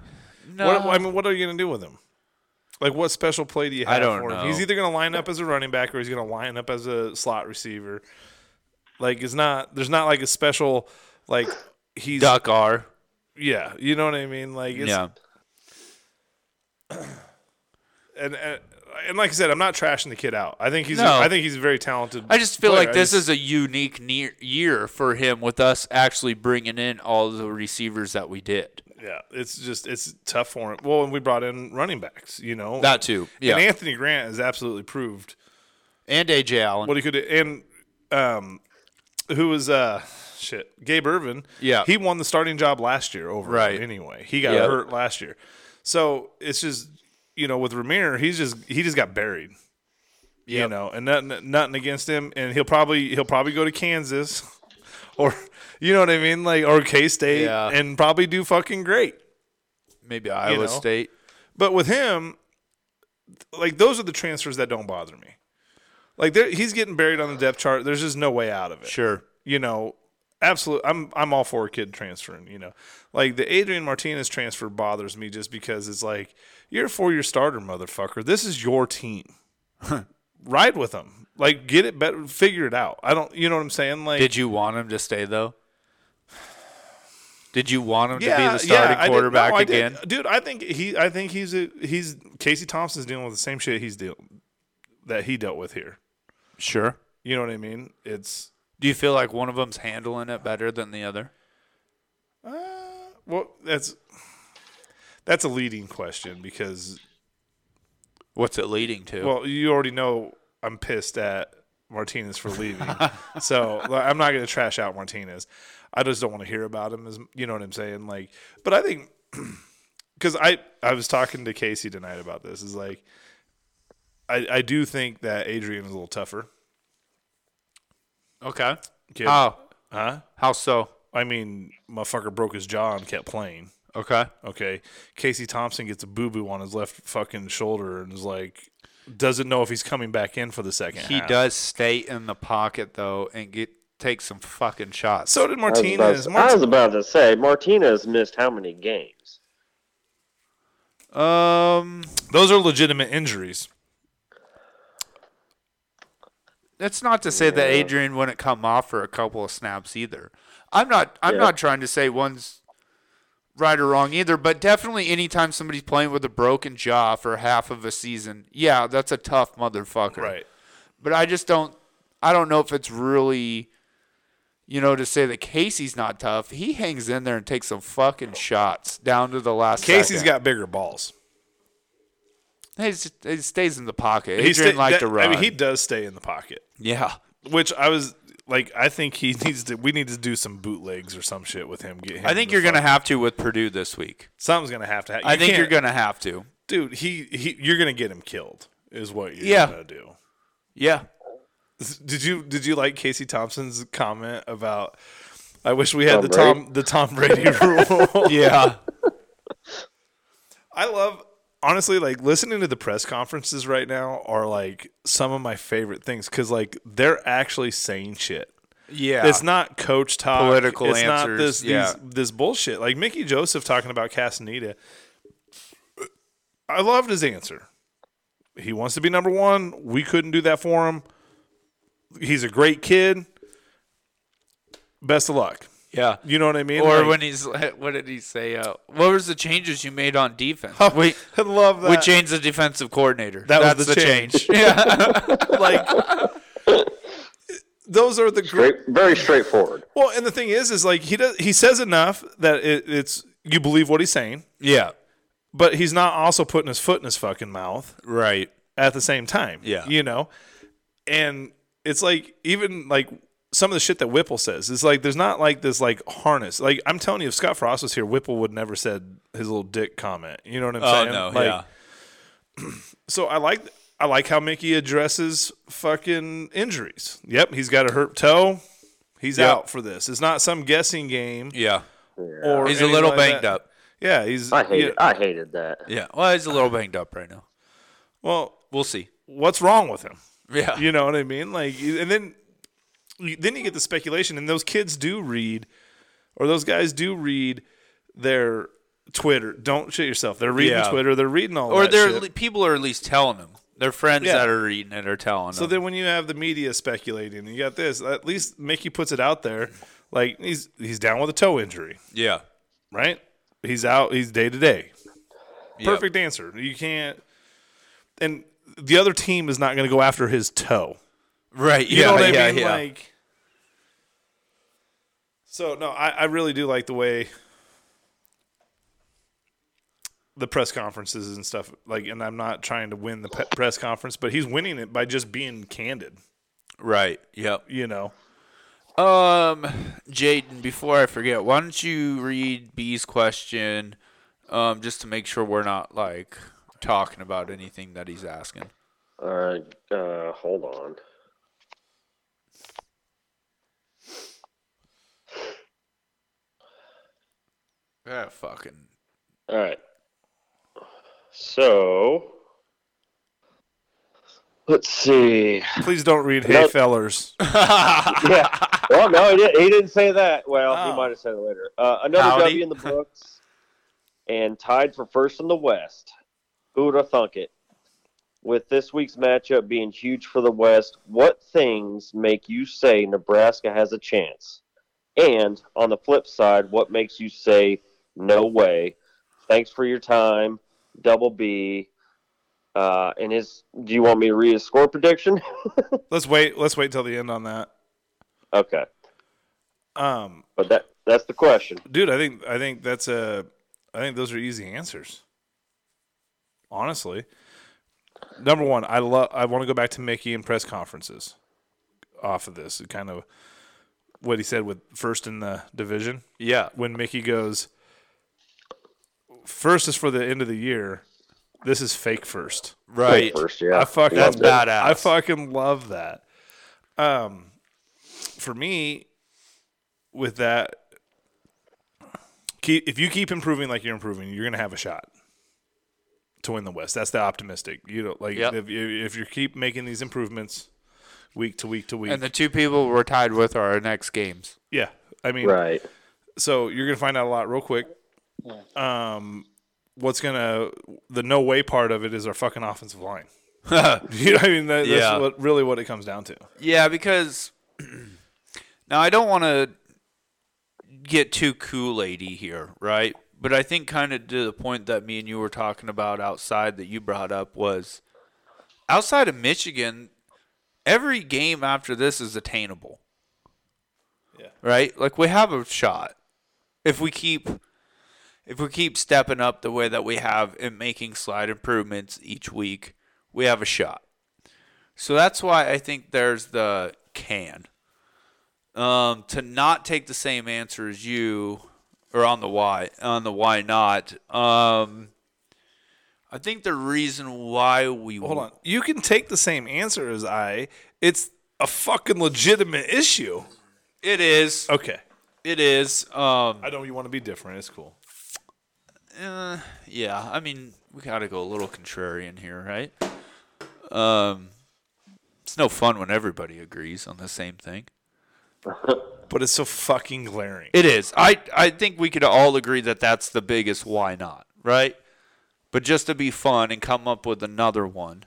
No, What, I mean, what are you going to do with him? Like, what special play do you have I don't for him? know. He's either going to line up as a running back or he's going to line up as a slot receiver. Like, it's not, there's not like a special, like, he's, Duck R. yeah, you know what I mean? Like, it's, Yeah, and, and, and like I said, I'm not trashing the kid out. I think he's, No. I think he's a very talented. I just feel player. like I this just- is a unique near, year for him with us actually bringing in all the receivers that we did. yeah, it's just, it's tough for him. Well, and we brought in running backs, you know. That too. Yeah, And and, Anthony Grant has absolutely proved AJ Allen. what he could do. And um, who was uh, shit? Gabe Irvin. Yeah. he won the starting job last year over him Right. Anyway, he got Yeah. hurt last year, so it's just you know with Ramir, he's just he just got buried. You Yep. know, and nothing nothing against him, and he'll probably he'll probably go to Kansas, or you know what I mean, like or K State, Yeah. and probably do fucking great. Maybe Iowa know. State. But with him, like those are the transfers that don't bother me. Like there- he's getting buried on the depth chart. There's just no way out of it Sure. you know, absolutely I'm I'm all for a kid transferring, you know. Like the Adrian Martinez transfer bothers me just because it's like you're a four-year starter motherfucker. This is your team. Ride with them. Like get it better figure it out. I don't you know what I'm saying? Like Did you want him to stay though? Did you want him to be the yeah, starting I did. quarterback No, I did. again? dude. I think he, I think he's a, he's Casey Thompson's dealing with the same shit he's deal that he dealt with here. Sure. You know what I mean? It's Do you feel like one of them's handling it better than the other? well, that's that's a leading question because What's it leading to? well, you already know I'm pissed at Martinez for leaving, so like, I'm not gonna trash out Martinez. I just don't want to hear about him. As you know what I'm saying? Like, but I think because I I was talking to Casey tonight about this is like. I, I do think that Adrian is a little tougher. okay. Kid. How? Huh? How so? I mean, motherfucker broke his jaw and kept playing. Okay. Okay. Casey Thompson gets a boo boo on his left fucking shoulder and is like, doesn't know if he's coming back in for the second. He half. does stay in the pocket though and get take some fucking shots. So did I was, about Martinez. to, Mart- I was about to say Martinez missed how many games? um Those are legitimate injuries. that's not to say that Adrian wouldn't come off for a couple of snaps either. I'm not I'm Yeah. not trying to say one's right or wrong either, but definitely anytime somebody's playing with a broken jaw for half of a season, yeah, that's a tough motherfucker. Right. But I just don't I don't know if it's really you know, to say that Casey's not tough, he hangs in there and takes some fucking shots down to the last. Casey's second. got bigger balls. He, s- he stays in the pocket. He Adrian stay- liked that- to run. I mean, he does stay in the pocket, yeah. which I was like, I think he needs to, we need to do some bootlegs or some shit with him. Get him I think the you're going to fuck- have to with Purdue this week. something's going to have to happen. I think you're going to have to. dude, he, he, you're going to get him killed, is what you're Yeah. going to do. Yeah. Did you did you like Casey Thompson's comment about? I wish we Tom had the Brady? Tom the Tom Brady rule. Yeah. I love honestly like listening to the press conferences right now are like some of my favorite things because like they're actually saying shit. yeah. It's not coach talk. Political it's not answers, this these- yeah. this bullshit. Like Mickey Joseph talking about Castaneda. I loved his answer. He wants to be number one. We couldn't do that for him. He's a great kid. Best of luck. yeah. You know what I mean? Or Like, when he's what did he say? Uh, what was the changes you made on defense? we I love that. we changed the defensive coordinator. Oh, uh, That was That's the change. yeah. like those are the great. Great, very straightforward. Well, and the thing is, is like he does. He says enough that it, it's you believe what he's saying, yeah. but he's not also putting his foot in his fucking mouth. Right. at the same time. Yeah. You know? And it's like even like some of the shit that Whipple says, it's like there's not like this like harness. Like I'm telling you, if Scott Frost was here, Whipple would never said his little dick comment. You know what I'm Oh, saying? Like, So I like I like how Mickey addresses fucking injuries. Yep, he's got a hurt toe. He's Yep. out for this. It's not some guessing game. Yeah. Or He's a little anything like banged that. up. Yeah, he's. I hated, yeah. I hated that. Yeah. Well, he's a little banged up right now. Well, We'll see. what's wrong with him? Yeah. You know what I mean? Like, you- and then you- then you get the speculation, and those kids do read, or those guys do read their Twitter. Don't shit yourself. They're reading Yeah. Twitter. They're reading all or that they're shit. le- people are at least telling them. Their friends Yeah. that are reading it are telling so them. then, when you have the media speculating, you got this. At least Mickey puts it out there. Like he's he's down with a toe injury, yeah. right? He's out. He's day to day. Yep. Perfect answer. You can't. And the other team is not going to go after his toe. Right. You yeah. know what yeah. I mean? Yeah. Like, so no, I, I really do like the way the press conferences and stuff. Like, and I'm not trying to win the pe- press conference, but he's winning it by just being candid. right. Yep. You know, Um, Jaden, before I forget, why don't you read B's question, um, just to make sure we're not like talking about anything that he's asking. All right, uh, hold on. Yeah. Fucking. All right. So, let's see. please don't read "Hey Nope. fellers." Yeah. well, no, he, did, he didn't say that. Well, Oh. he might have said it later. Uh, another Howdy. W in the books, and tied for first in the West. Who would have thunk it? With this week's matchup being huge for the West, what things make you say Nebraska has a chance? And on the flip side, what makes you say no way? Thanks for your time, Double B. Uh, and his, do you want me to read his score prediction? Let's wait. Let's wait till the end on that. okay, Um, but that that's the question. dude, I think I think that's a I think those are easy answers. Honestly, number one, I love. I want to go back to Mickey and press conferences. Off of this, kind of what he said with first in the division. Yeah. when Mickey goes, first is for the end of the year. This is fake first. Right. First, yeah. I fucking That's Loved it. badass. I fucking love that. Um, for me, with that, keep if you keep improving like you're improving, you're gonna have a shot to win the West. That's the optimistic. You know, like Yep. if you if you keep making these improvements week to week to week, And the two people we're tied with are our next games. yeah, I mean, Right. so you're gonna find out a lot real quick. Um, what's gonna the no way part of it is our fucking offensive line. you know, what I mean, that, that's Yeah. what, really what it comes down to. Yeah, because now I don't want to get too Kool Aid here, right? But I think kind of to the point that me and you were talking about outside that you brought up was outside of Michigan, every game after this is attainable. Yeah. Right? Like we have a shot. If we keep if we keep stepping up the way that we have and making slide improvements each week, we have a shot. So that's why I think there's the can. Um, to not take the same answer as you, or on the why, on the why not. Um, I think the reason why we Hold on, you can take the same answer as I. It's a fucking legitimate issue. it is Okay, it is um I know you want to be different. It's cool. uh, yeah. I mean, we gotta go a little contrarian here, right? Um, it's no fun when everybody agrees on the same thing. But it's so fucking glaring. It is. I I think we could all agree that that's the biggest why not, right? But just to be fun and come up with another one,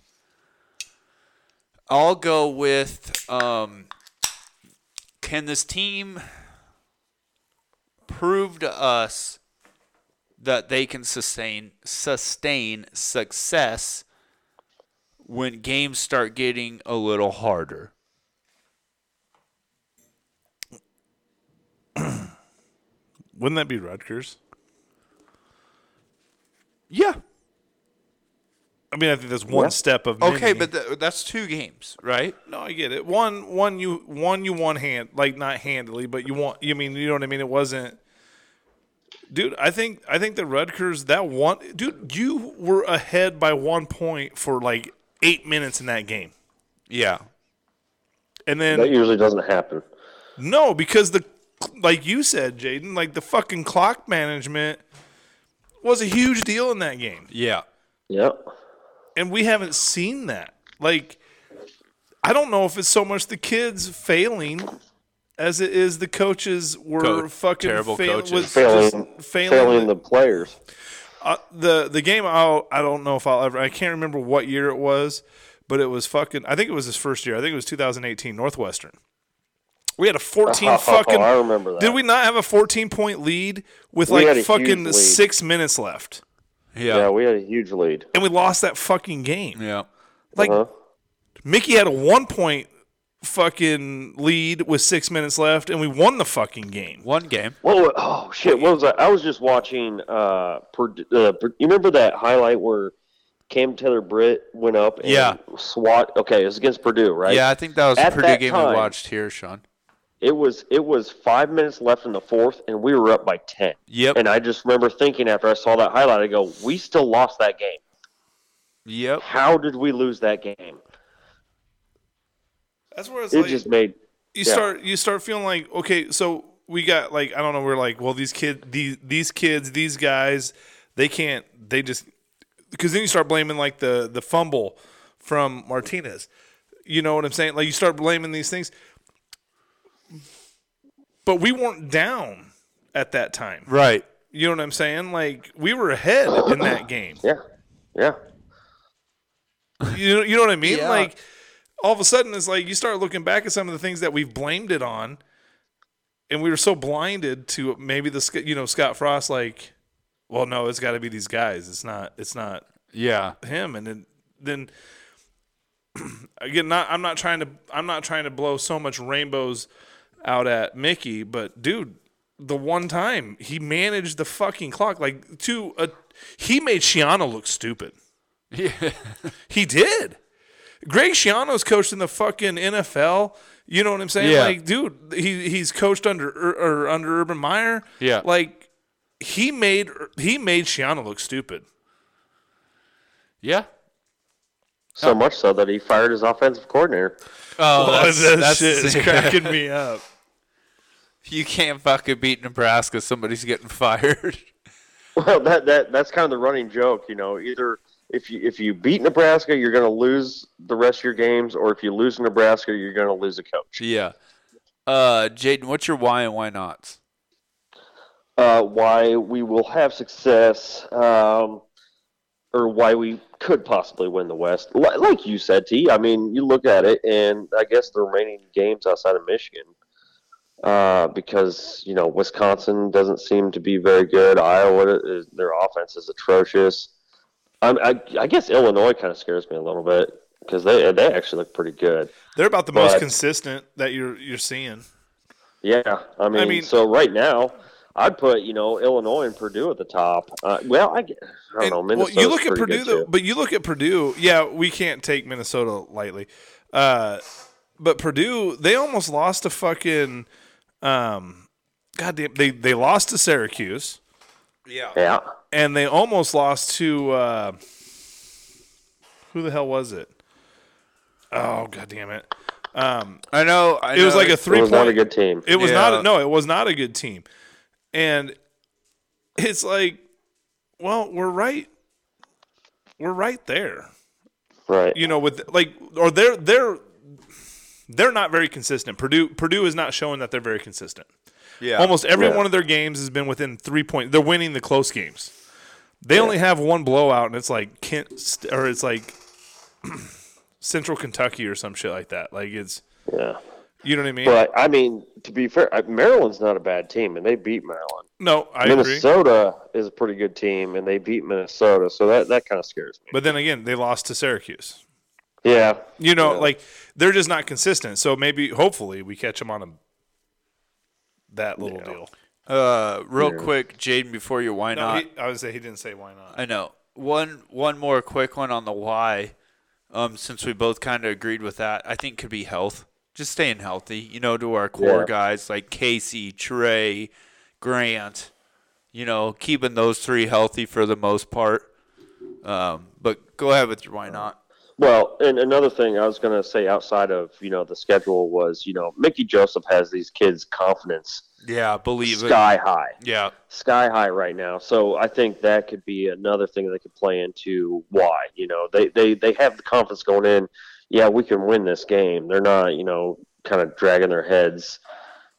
I'll go with um, can this team prove to us that they can sustain sustain success when games start getting a little harder? Wouldn't that be Rutgers? Yeah, I mean, I think that's one Yeah. step of many. Okay, but th- that's two games, right? No, I get it. One, one, you, one, you one hand, like not handily, but you want. You mean you know what I mean? It wasn't, dude. I think I think the Rutgers that one, dude. You were ahead by one point for like eight minutes in that game, Yeah. and That then usually doesn't happen. no, because the like you said, Jaden, like the fucking clock management was a huge deal in that game. Yeah. Yeah. and we haven't seen that. Like, I don't know if it's so much the kids failing as it is the coaches were Coach- fucking terrible fail- coaches. was Failing, just failing, failing. the players. uh, the the game. I'll, I don't know if I'll ever. I can't remember what year it was, but it was fucking. I think it was his first year. I think it was 2018 Northwestern. We had a 14 Oh, fucking. I remember that. Did we not have a 14 point lead with We had a like huge fucking lead. six minutes left, Yeah. Yeah, we had a huge lead. Uh-huh. and we lost that fucking game? Yeah. Like, Huh? Mickey had a one point fucking lead with six minutes left, and we won the fucking game. One game. What wa- oh shit! What was that? I was just watching. Uh, Purd- uh, Purd- you remember that highlight where Cam Taylor Britt went up and Yeah. swat? Okay, it was against Purdue, right? Yeah, I think that was At the Purdue that game we time- watched here, Sean. It was it was five minutes left in the fourth, and we were up by ten. Yep. And I just remember thinking after I saw that highlight, I go, "We still lost that game. Yep. How did we lose that game? That's where it's It like just made you yeah. start you start feeling like okay, so we got like I don't know, we're like, well, these kid these these kids, these guys, they can't, they just because then you start blaming like the the fumble from Martinez. You know what I'm saying? Like you start blaming these things. but we weren't down at that time. Right. You know what I'm saying? Like we were ahead in that game. Yeah, yeah. You know, you know what I mean? Yeah. Like all of a sudden, it's like you start looking back at some of the things that we've blamed it on, and we were so blinded to maybe the Sc- you know Scott Frost. Like, well, no, it's got to be these guys. It's not. It's not Yeah. him and then then again not I'm not trying to I'm not trying to blow so much rainbows out at Mickey but dude the one time he managed the fucking clock like to a he made Shiano look stupid Yeah. he did Greg Schiano's coached in the fucking NFL you know what I'm saying Yeah. like dude he he's coached under or, or under Urban Meyer Yeah. like he made he made Shiano look stupid yeah. So much so that he fired his offensive coordinator. Oh, that's, that that's shit is cracking me up You can't fucking beat Nebraska. Somebody's getting fired. Well, that that that's kind of the running joke, you know. Either if you if you beat Nebraska, you're going to lose the rest of your games, or if you lose Nebraska, you're going to lose a coach. yeah. Uh, Jaden, what's your why and why nots? Uh, why we will have success, um, or why we could possibly win the West, Li- like you said, T. I mean, you look at it, and I guess the remaining games outside of Michigan, uh, because you know Wisconsin doesn't seem to be very good. Iowa, is, their offense is atrocious. I'm, I, I guess Illinois kind of scares me a little bit because they they actually look pretty good. They're about the most But- consistent that you're you're seeing. Yeah, I mean, mean- so right now. I'd put you know Illinois and Purdue at the top. Uh, well, I, g- I don't know. And- well, Minnesota's you look at pretty good, Purdue though, too. but you look at Purdue. Yeah, we can't take Minnesota lightly. Uh, but Purdue, they almost lost to fucking um goddamn they they lost to Syracuse Yeah. and they almost lost to uh who the hell was it? Oh god damn it. Um I know. I it was know. like a It three was not a point good team. It was Yeah. not. No, it was not a good team. And it's like, well, we're right. We're right there. right. You know, with like, or they're they're they're not very consistent. Purdue Purdue is not showing that they're very consistent. yeah. Almost every Yeah. one of their games has been within three point. They're winning the close games. They only have one blowout, and it's like Kent St- or it's like Central Kentucky or some shit like that. Like it's yeah. you know what I mean. But I mean, to be fair, I- Maryland's not a bad team, and they beat Maryland. no, I agree. Minnesota is a pretty good team, and they beat Minnesota, so that that kind of scares me. But then again, they lost to Syracuse. Yeah. You know, like they're just not consistent. So maybe, hopefully, we catch them on a that little deal. Uh, real quick, Jaden, before your why No, not? he, I would say he didn't say why not. I know. One one more quick one on the why. Um, since we both kind of agreed with that, I think could be health. Just staying healthy, you know, to our core Yeah. guys like Casey, Trey, Grant, you know, keeping those three healthy for the most part. Um, but go ahead with your why not. Well, and another thing I was going to say outside of you know the schedule was you know Mickey Joseph has these kids' confidence Yeah, believe it. sky high. Yeah, sky high right now. So I think that could be another thing that could play into why. You know, they they they have the confidence going in. Yeah, we can win this game. They're not, you know, kind of dragging their heads,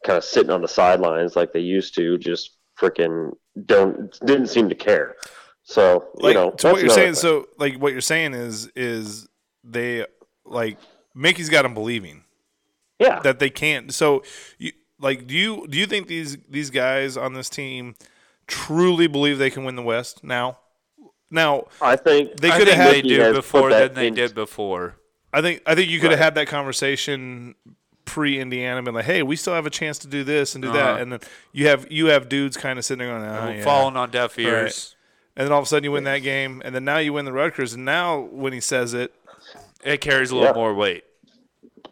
kind of sitting on the sidelines like they used to. Just freaking don't didn't seem to care. So you Like, know, to what that's you're another saying. thing. So, like, what you're saying is, is they like Mickey's got them believing yeah, that they can't. So, you like, do you do you think these these guys on this team truly believe they can win the West now? Now, I think they I could have think had they Mickey do has before put that than they in- did before. I think I think you could have had that conversation pre Indiana, been like, "Hey, we still have a chance to do this and do that," Uh-huh. and then you have you have dudes kind of sitting there going, oh, yeah." Falling on deaf ears. and then all of a sudden you win that game, and then now you win the Rutgers, and now when he says it, It carries a little Yeah. more weight.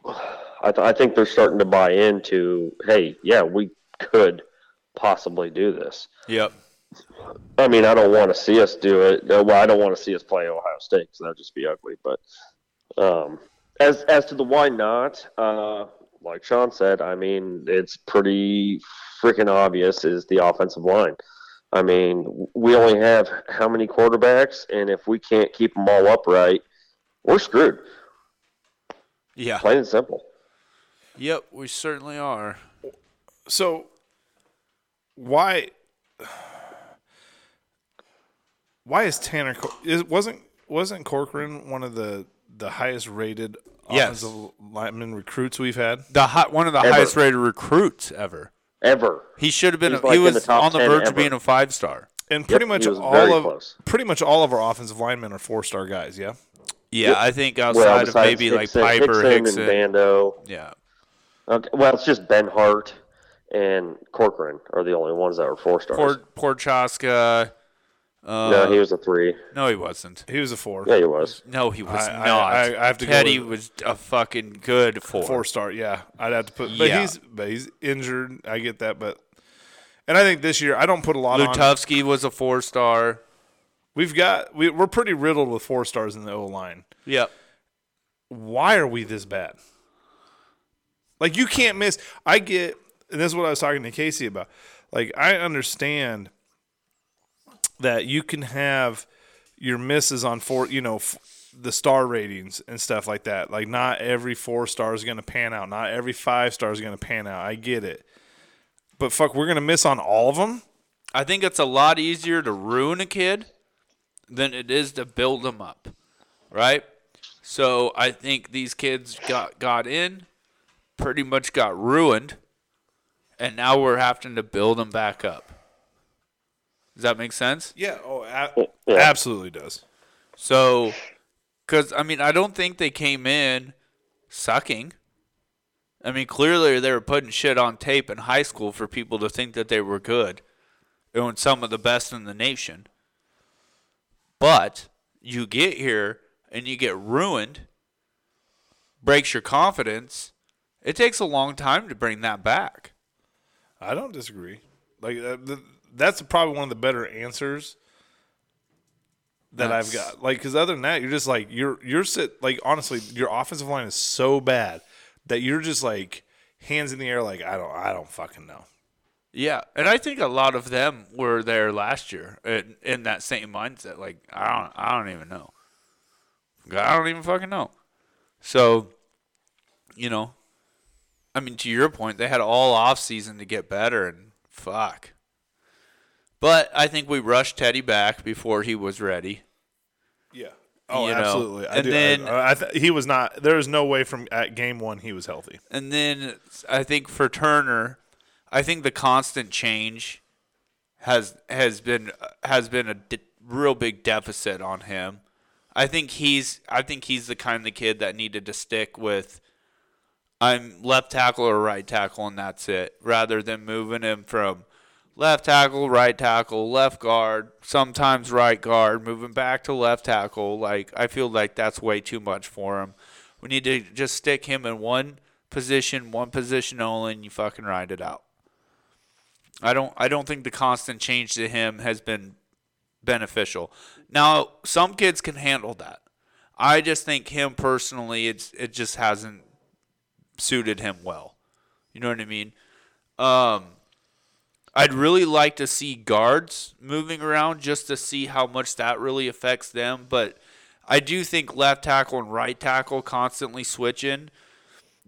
I, th- I think they're starting to buy into. Hey, yeah, we could possibly do this. Yep. I mean, I don't want to see us do it. Uh, Well, I don't want to see us play Ohio State because that'd just be ugly. But um, as as to the why not, uh, like Sean said, I mean, it's pretty freaking obvious is the offensive line. I mean, w- we only have how many quarterbacks, and if we can't keep them all upright, we're screwed. Yeah. Plain and simple. Yep. We certainly are. So why why is Tanner Cor- is, wasn't wasn't Corcoran one of the the highest rated Yes. offensive lineman recruits we've had? The hot, one of the Ever. highest rated recruits ever. Ever. He should have been. He's a- like he in the was top on the 10 verge ever. of being a five star. And pretty he much was all very of close. pretty much all of our offensive linemen are four star guys. Yeah, Yeah, I think Well, outside of besides maybe Hickson, like Piper Hickson, Hickson. and Bando. yeah, Okay, well, it's just Ben Hart and Corcoran are the only ones that were four stars. poor poor Chaska. Uh, no, he was a three. no, he wasn't. he was a four Yeah, he was. No, he was I- I- not. I- I have to go Teddy with- was a fucking good four. four star. Yeah, I'd have to put. But Yeah. he's but he's injured. I get that, but and I think this year I don't put a lot on. Lutowski was a four star. We've got we, we're pretty riddled with four stars in the O line. Yep. why are we this bad? Like you can't miss. I get, and this is what I was talking to Casey about. Like I understand that you can have your misses on four, you know, f- the star ratings and stuff like that. Like not every four star is going to pan out. Not every five star is going to pan out. I get it. But fuck, we're going to miss on all of them. I think it's a lot easier to ruin a kid than it is to build them up, right? So I think these kids got got in, pretty much got ruined, and now we're having to build them back up. Does that make sense? Yeah. Oh, Yeah. absolutely does. So, because I mean, I don't think they came in sucking. I mean, clearly they were putting shit on tape in high school for people to think that they were good and some of the best in the nation. But you get here and you get ruined, breaks your confidence. It takes a long time to bring that back. I don't disagree. Like uh, th- that's probably one of the better answers that I've That's- got. Like because other than that, you're just like you're you're sit like honestly, your offensive line is so bad that you're just like hands in the air, like I don't I don't fucking know. Yeah, and I think a lot of them were there last year in, in that same mindset. Like I don't, I don't even know. I don't even fucking know. So, you know, I mean, to your point, they had all off season to get better, and fuck. But I think we rushed Teddy back before he was ready. Yeah. Oh, You know, absolutely. I and do. I- then- I, I th- he was not. There is no way from at game one he was healthy. And then I think for Turner, I think the constant change has has been has been a d- real big deficit on him. I think he's I think he's the kind of kid that needed to stick with I'm left tackle or right tackle and that's it, rather than moving him from left tackle, right tackle, left guard, sometimes right guard, moving back to left tackle. Like I feel like that's way too much for him. We need to just stick him in one position, one position only, and you fucking ride it out. I don't I don't think the constant change to him has been beneficial. Now, some kids can handle that. I just think him personally it's it just hasn't suited him well. You know what I mean? Um I'd really like to see guards moving around just to see how much that really affects them, but I do think left tackle and right tackle constantly switching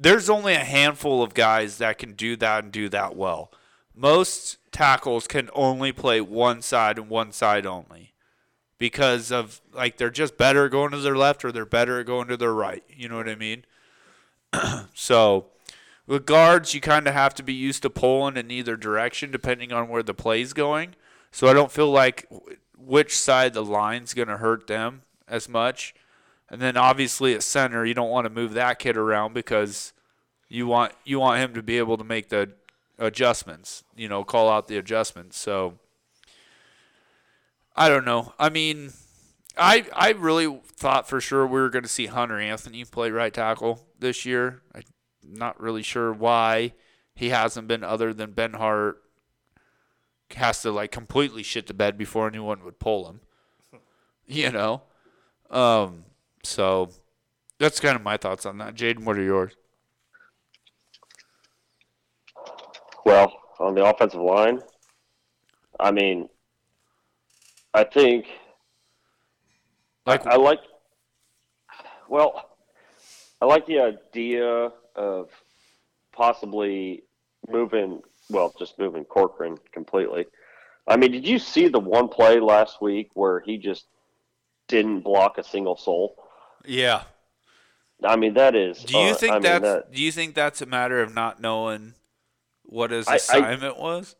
there's only a handful of guys that can do that and do that well. Most tackles can only play one side and one side only because of like they're just better at going to their left or they're better at going to their right. You know what I mean? so with guards, you kind of have to be used to pulling in either direction depending on where the play's going. So I don't feel like wh- which side the line's going to hurt them as much. And then obviously at center, you don't want to move that kid around because you want you want him to be able to make the adjustments, you know, call out the adjustments. So I don't know. I mean, I I really thought for sure we were going to see Hunter Anthony play right tackle this year. I'm not really sure why he hasn't been other than Ben Hart has to like completely shit the bed before anyone would pull him. You know. Um so that's kind of my thoughts on that. Jaden, what are yours? Well, on the offensive line, I mean, I think Like I like. Well, I like the idea of possibly moving well, just moving Corcoran completely. I mean, did you see the one play last week where he just didn't block a single soul? Yeah. I mean, that is. Do you uh, think I mean, that's that- do you think that's a matter of not knowing what his I- I- assignment was?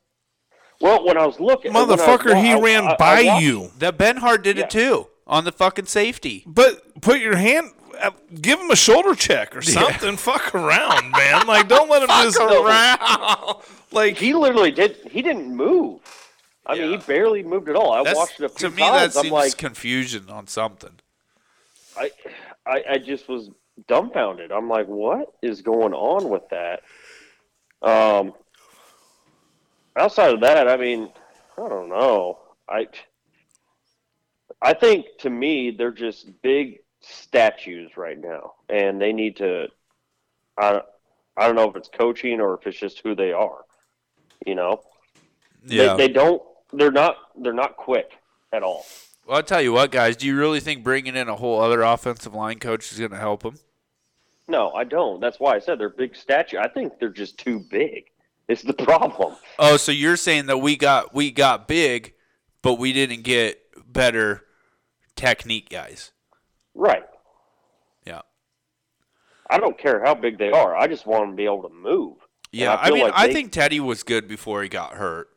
well, when I was looking, when I was- Motherfucker, he I- ran I- I by watched- you. That Benhard did Yeah. it too on the fucking safety. But put your hand, uh, give him a shoulder check or something. Fuck around, man. Like, don't let him just around. like. He literally did. He didn't move. I mean, he barely moved at all. I watched it a few to me, that times. seems I'm like, confusion on something. I, I, I just was dumbfounded. I'm like, what is going on with that? Um, outside of that, I mean, I don't know. I, I think to me, they're just big statues right now, and they need to. I, I don't know if it's coaching or if it's just who they are. You know, Yeah. they, they don't. They're not. They're not quick at all. well, I'll tell you what, guys. Do you really think bringing in a whole other offensive line coach is going to help him? No, I don't. That's why I said they're big statue. I think they're just too big. It's the problem. Oh, so you're saying that we got we got big, but we didn't get better technique guys. Right. Yeah. I don't care how big they are. I just want them to be able to move. And Yeah, I, feel mean, like I they- think Teddy was good before he got hurt.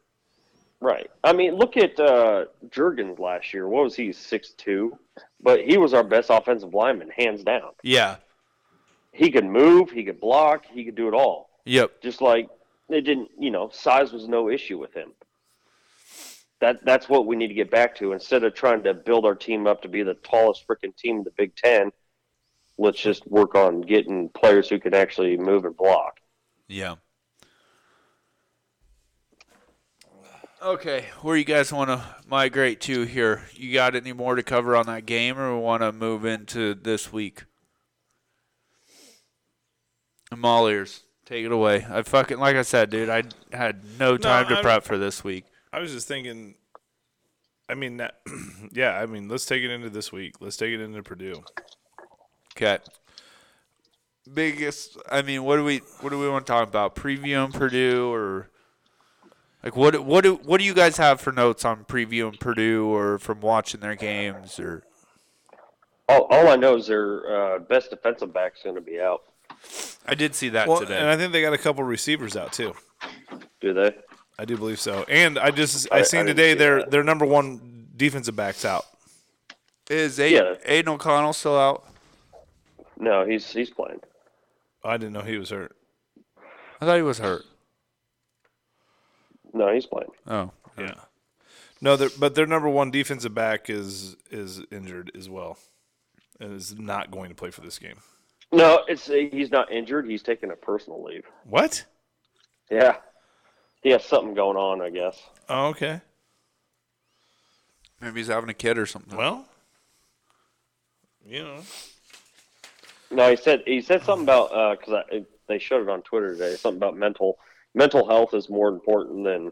Right. I mean, look at uh, Jurgens last year. What was he, six two? But he was our best offensive lineman, hands down. Yeah. He could move, he could block, he could do it all. Yep. Just like they didn't, you know, size was no issue with him. That that's what we need to get back to. Instead of trying to build our team up to be the tallest freaking team in the Big Ten, let's just work on getting players who can actually move and block. Yeah. Okay, where you guys want to migrate to here? You got any more to cover on that game, or want to move into this week? I'm all ears. Take it away. I fucking like I said, dude. I had no time to I'm- prep for this week. I was just thinking. I mean, that, yeah. I mean, let's take it into this week. Let's take it into Purdue. Okay. Biggest. I mean, what do we what do we want to talk about? Previewing Purdue or like what what do what do you guys have for notes on previewing Purdue or from watching their games or All, all I know is their uh, best defensive back's going to be out. I did see that Well, today. and I think they got a couple receivers out too. Do they? I do believe so. And I just I- I I seen didn't today see their that. their number one defensive backs out. Is Yeah. Aiden, Aiden O'Connell still out? No, he's he's playing. I didn't know he was hurt. I thought he was hurt. No, he's playing. Oh, Yeah. No, their- but their number one defensive back is is injured as well, and is not going to play for this game. No, it's he's not injured. He's taking a personal leave. What? Yeah, he has something going on, I guess. Oh, okay. maybe he's having a kid or something. Well, you know, No, he said he said something about because I they showed it on Twitter today. Something about mental mental health is more important than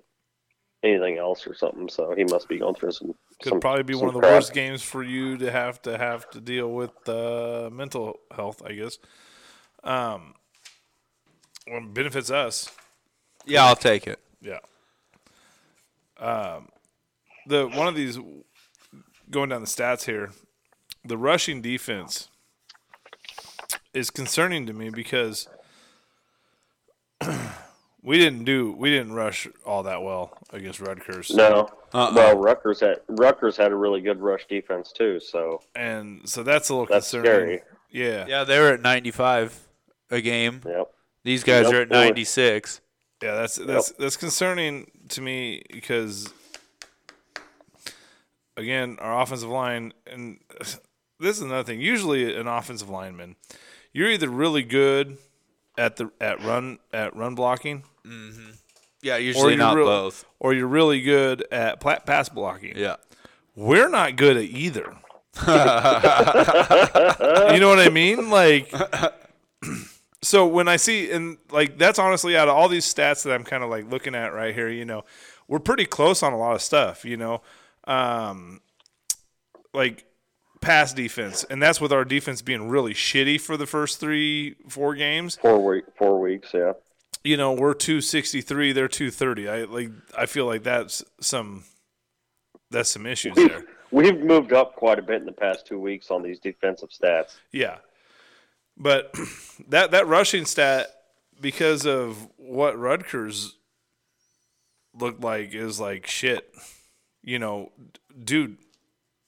anything else or something. So he must be going through some. could some- probably be some one of the crap. worst games for you to have to have to deal with uh, mental health. I guess. Um, well, benefits us. yeah, I'll take it. Yeah. Um, the one of these going down the stats here, the rushing defense is concerning to me because we didn't do we didn't rush all that well against Rutgers, No, Uh-uh. well, Rutgers had Rutgers had a really good rush defense too. So and so that's a little That's concerning. scary. Yeah, yeah, Yeah, they were at 95 a game. yep. These guys Yep, are at they were. 96. that's that's that's concerning to me because again, our offensive line, and this is another thing. Usually, an offensive lineman, you're either really good at the at run at run blocking, Yeah, usually you're not real- both. or you're really good at pla- pass blocking. Yeah. We're not good at either. you know what I mean? Like, so when I see and like that's honestly out of all these stats that I'm kind of like looking at right here, you know, we're pretty close on a lot of stuff. You know, um, like pass defense, and that's with our defense being really shitty for the first three four games. Four week four weeks. Yeah. you know, we're 263, they're 230. I like I feel like that's some that's some issues there. We've moved up quite a bit in the past two weeks on these defensive stats. Yeah. But that that rushing stat because of what Rutgers looked like is like shit. You know, d- dude,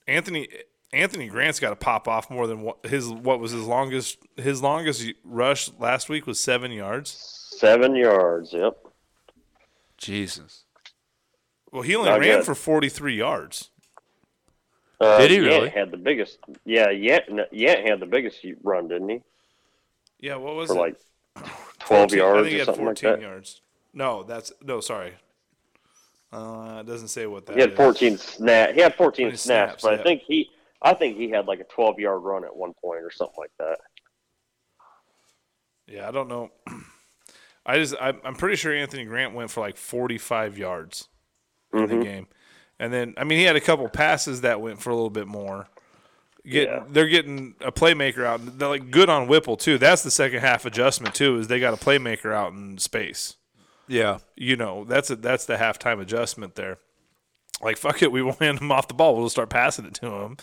Anthony Anthony Grant's got to pop off more than what his what was his longest his longest rush last week was 7 yards. Seven yards. Yep. Jesus. Well, he only Not ran good. for 43 yards. Uh, Did he Yant really? Had the biggest. Yeah, Yant, no, Yant had the biggest run, didn't he? Yeah, what was For it? like twelve 14 I yards think he or had something 14 like that. yards. No, that's no. Sorry, uh, it doesn't say what that. He had is. fourteen snap. He had fourteen 20 snaps, snaps, but yeah. I think he, I think he had like a twelve yard run at one point or something like that. Yeah, I don't know. I just I'm, I'm pretty sure Anthony Grant went for like 45 yards in the game, and then I mean he had a couple passes that went for a little bit more. Get Yeah. they're getting a playmaker out. They're like good on Whipple too. That's the second half adjustment too. Is they got a playmaker out in space. Yeah. you know that's a, that's the halftime adjustment there. Like fuck it, we won't hand him off the ball. We'll start passing it to him.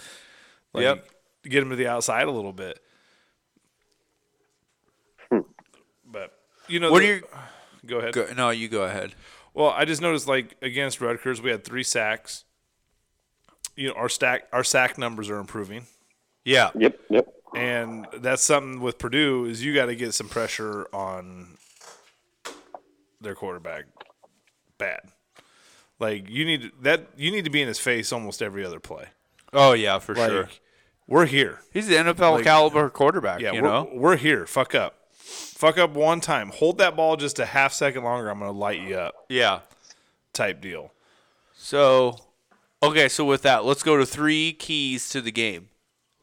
Like, Yep. Get him to the outside a little bit. But you know, Hmm. What the- are your? go ahead. Go, no, you go ahead. Well, I just noticed like against Rutgers, we had three sacks. You know, our stack our sack numbers are improving, Yeah. Yep, yep. and that's something with Purdue is you got to get some pressure on their quarterback bad. Like you need that you need to be in his face almost every other play. Oh yeah, for Like sure. we're here. He's an NFL caliber quarterback. Yeah, you we're, know. we're here. Fuck up. Fuck up one time. Hold that ball just a half second longer. I'm gonna light you up Yeah. type deal. So, okay, so with that, let's go to three keys to the game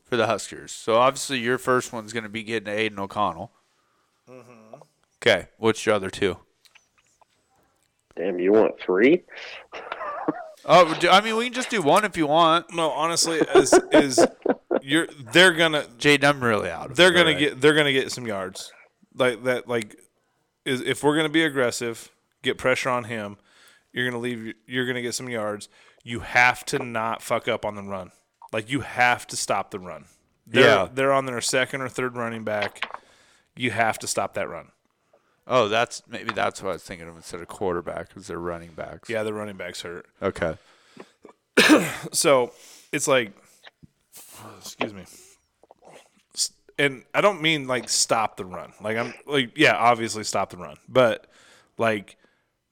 for the Huskers. So obviously, your first one's going to be getting to Aiden O'Connell. Mm-hmm. Okay, what's your other two? Damn, you want three? Oh, d- I mean, we can just do one if you want. No, honestly, is is you're they're gonna Jay, I'm really out. Of they're it, gonna alright. get they're gonna get some yards like that like is if we're gonna be aggressive get pressure on him you're gonna leave you're gonna get some yards you have to not fuck up on the run like you have to stop the run they're, Yeah. they're on their second or third running back you have to stop that run Oh, that's maybe that's what I was thinking of instead of quarterback because they're running backs. yeah the running backs hurt Okay. so it's like excuse me S- and i don't mean like stop the run like i'm like yeah obviously stop the run but like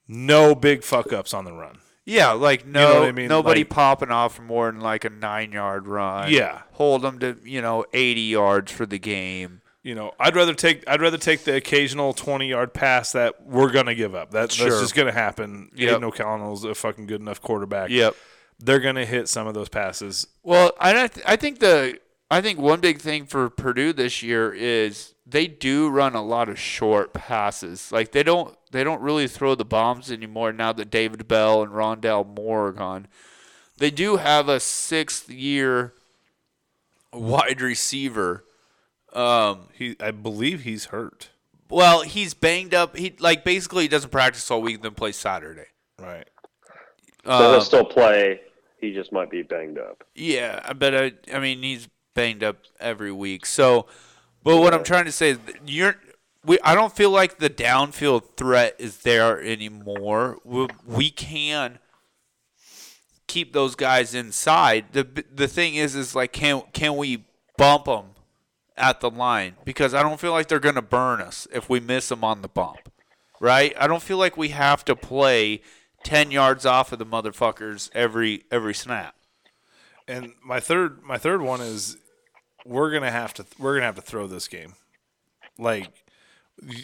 no big fuck ups on the run Yeah, like no, know what I mean? nobody Like- popping off for more than like a nine yard run. Yeah. hold them to you know eighty yards for the game. you know i'd rather take i'd rather take the occasional 20 yard pass that we're gonna give up that, Sure. that's just gonna happen Yep. Aiden O'Connell's a fucking good enough quarterback Yep. they're gonna hit some of those passes Well, I don't. Th- I think the I think one big thing for Purdue this year is they do run a lot of short passes. Like they don't they don't really throw the bombs anymore now that David Bell and Rondell Moore are gone. They do have a sixth year wide receiver. Um, he i believe he's hurt well, he's banged up. He like basically he doesn't practice all week, then plays Saturday. right Uh, So Um, he'll still play. He just might be banged up. Yeah, but I, I mean he's banged up every week. So, but what I'm trying to say is that you're we I don't feel like the downfield threat is there anymore. We, we can keep those guys inside. The b- the thing is is like can can we bump them at the line because I don't feel like they're going to burn us if we miss them on the bump. Right? I don't feel like we have to play 10 yards off of the motherfuckers every every snap. And my third my third one is we're gonna have to we're gonna have to throw this game. Like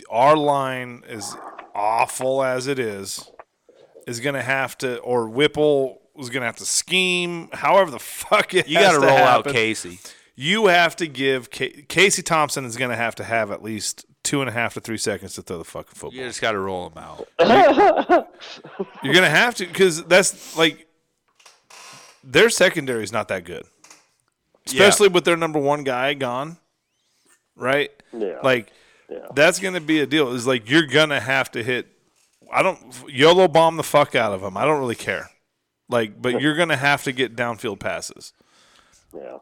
our line is awful as it is, is gonna have to or Whipple was gonna have to scheme. However the fuck it You got to roll out happen. Casey. You have to give Ca- Casey Thompson is gonna have to have at least two and a half to three seconds to throw the fucking football. You just got to roll him out. You're gonna have to because that's like their secondary is not that good, especially with their number one guy gone, right? Yeah. Like That's going to be a deal. Is like you're going to have to hit. I don't YOLO bomb the fuck out of them. I don't really care. Like, but you're going to have to get downfield passes, Yeah.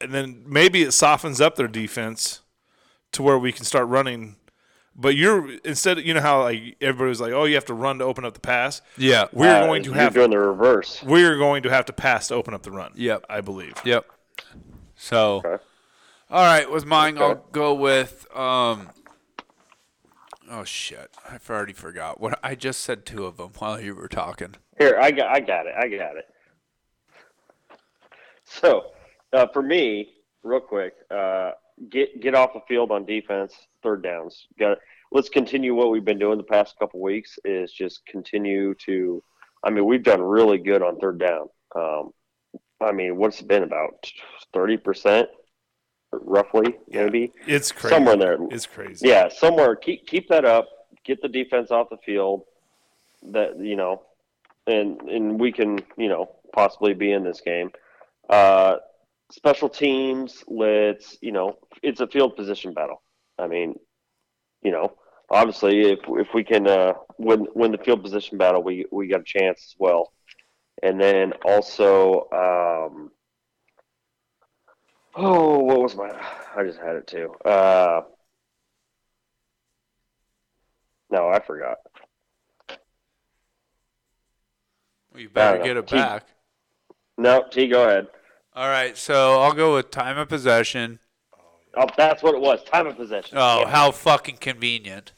and then maybe it softens up their defense to where we can start running. But you're instead, you know how like everybody was like, oh, you have to run to open up the pass. Yeah. We're Uh, going to you're have doing the reverse. we're going to have to pass to open up the run. Yep. I believe. Yep. So, Okay. all right, with mine, I'll Okay. go with. um Oh shit! I've already forgot what I just said. Two of them while you were talking. Here, I got, I got it. I got it. So, uh, for me, real quick, uh, get get off the field on defense, third downs. Got it. Let's continue what we've been doing the past couple weeks. Is just continue to. I mean, we've done really good on third down. Um, I mean, what's it been about thirty percent, roughly, maybe It's crazy. somewhere in there. It's crazy. Yeah, somewhere keep keep that up. Get the defense off the field. That you know, and and we can you know possibly be in this game. Uh, special teams. Let's you know, it's a field position battle. I mean, you know, obviously if if we can uh, win win the field position battle, we we got a chance as well. And then also, um, oh, what was my? I just had it too. Uh, no, I forgot. Well, you I better don't get know. it Keep- back. No, T, go ahead. All right, so I'll go with time of possession. Oh, that's what it was. Time of possession. Oh, Yeah. how fucking convenient!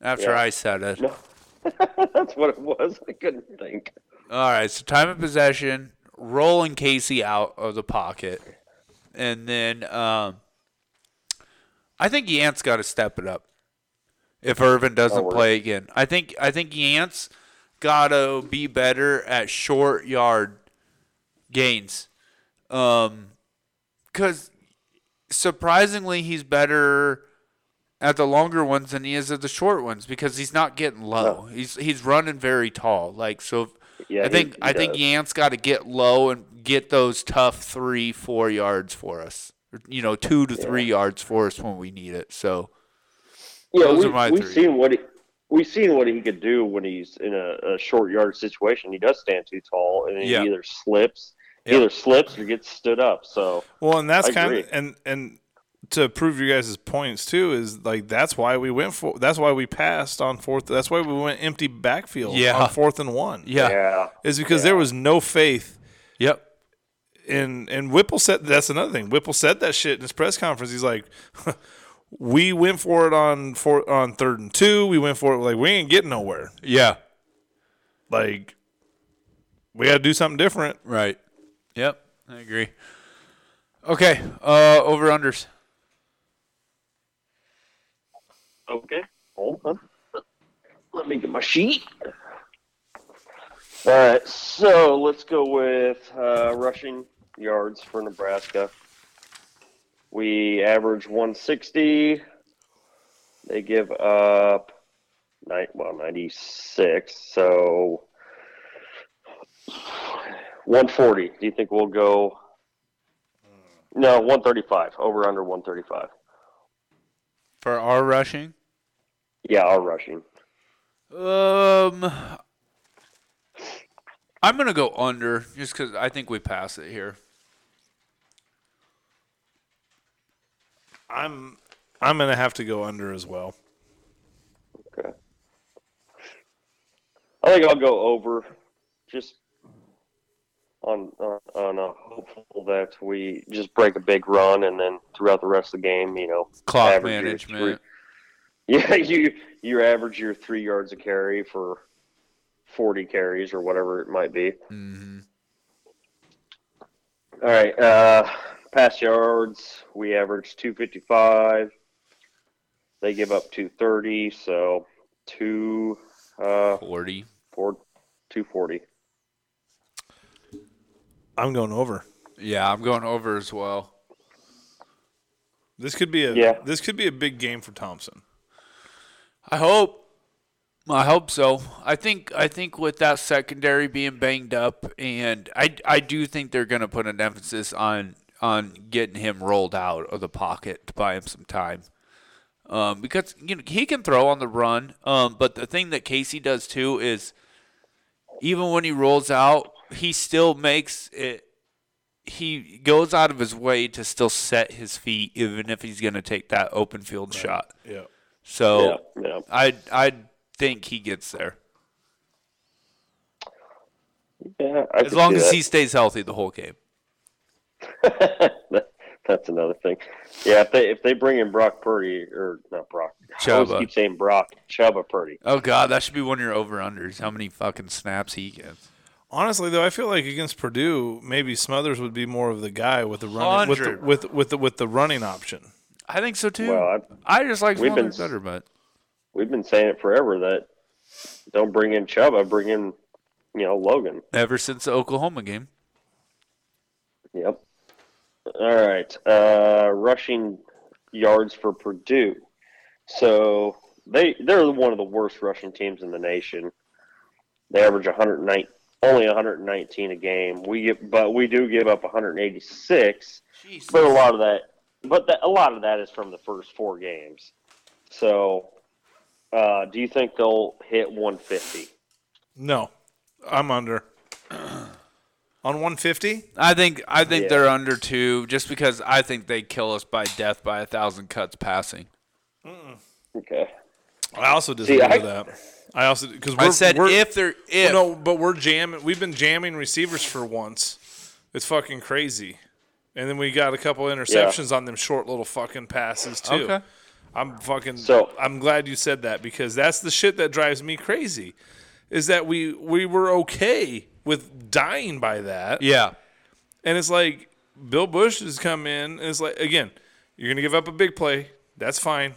After Yeah. I said it. No. that's what it was. I couldn't think. All right, so time of possession, rolling Casey out of the pocket, and then um, I think Yant's got to step it up. If Irvin doesn't word. play again, I think I think Yant's got to be better at short yard gains, because surprisingly he's better at the longer ones than he is at the short ones because he's not getting low. He's he's running very tall. Like so, Yeah, I he- think he I think does. Yant's got to get low and get those tough three four yards for us. You know, two to three yards for us when we need it. So Yeah, Those we, are my we've three. seen what he, we've seen what he could do when he's in a, a short yard situation. He does stand too tall, and he Yeah. either slips, he Yeah. either slips or gets stood up. So Well, and that's I kind of agree. and and to prove you guys' points too is like that's why we went for that's why we passed on fourth that's why we went empty backfield Yeah. on fourth and one yeah, yeah, is because there was no faith yep, in and Whipple said that's another thing Whipple said that shit in his press conference he's like we went for it on for on third and two we went for it like we ain't getting nowhere yeah, like we got to do something different right, yep. I agree. Okay, uh, over unders. Okay. Hold on. Let me get my sheet. All right. So let's go with uh, rushing yards for Nebraska. We average 160. They give up nine, well 96. So 140. Do you think we'll go? No, 135. Over under 135. for our rushing. Yeah, our rushing. Um, I'm gonna go under just because I think we pass it here. i'm i'm going to have to go under as well Okay. I think I'll go over, just on on, on a hopeful that we just break a big run, and then throughout the rest of the game, you know, Clock average your management. three- yeah, you you average your three yards a carry for forty carries or whatever it might be. hmm All right, uh, pass yards we average two fifty five. They give up two thirty, so two. Uh, Forty. Ford, 240. i'm going over Yeah, I'm going over as well. This could be a Yeah. this could be a big game for Thompson. I hope. I hope so. I think I think with that secondary being banged up, and I I do think they're gonna put an emphasis on on getting him rolled out of the pocket to buy him some time. um, because you know he can throw on the run. Um, but the thing that Casey does too is even when he rolls out, he still makes it. He goes out of his way to still set his feet, even if he's going to take that open field shot. Yeah. So Yeah, yeah. I I think he gets there Yeah, I as long as he stays healthy the whole game. he's. That's another thing. Yeah, if they if they bring in Brock Purdy or not Brock, I always Chuba. keep saying Brock Chuba Purdy. Oh God, that should be one of your over unders. How many fucking snaps he gets? Honestly, though, I feel like against Purdue, maybe Smothers would be more of the guy with the running with the, 100. with with the, with the running option. I think so too. Well, I, just like we've been Smothers better, but We've been saying it forever that don't bring in Chuba, bring in you know Logan. ever since the Oklahoma game, Yep. All right. Uh, rushing yards for Purdue. So they they're one of the worst rushing teams in the nation. They average 109 only 119 a game. We get, but we do give up 186. But a lot of that, but that, a lot of that is from the first four games. So, uh, do you think they'll hit 150? No, I'm under on 150. I think I think Yeah. they're under two, just because I think they kill us by death by a thousand cuts passing. Okay. I also disagree I- with that. I also because I said if they're if no, but we're jamming. We've been jamming receivers for once. It's fucking crazy. And then we got a couple interceptions on them short little fucking passes too. okay. I'm fucking. So- I'm glad you said that because that's the shit that drives me crazy. Is that we we were okay with dying by that, Yeah, and it's like Bill Bush has come in, and it's like again, you're gonna give up a big play. That's fine,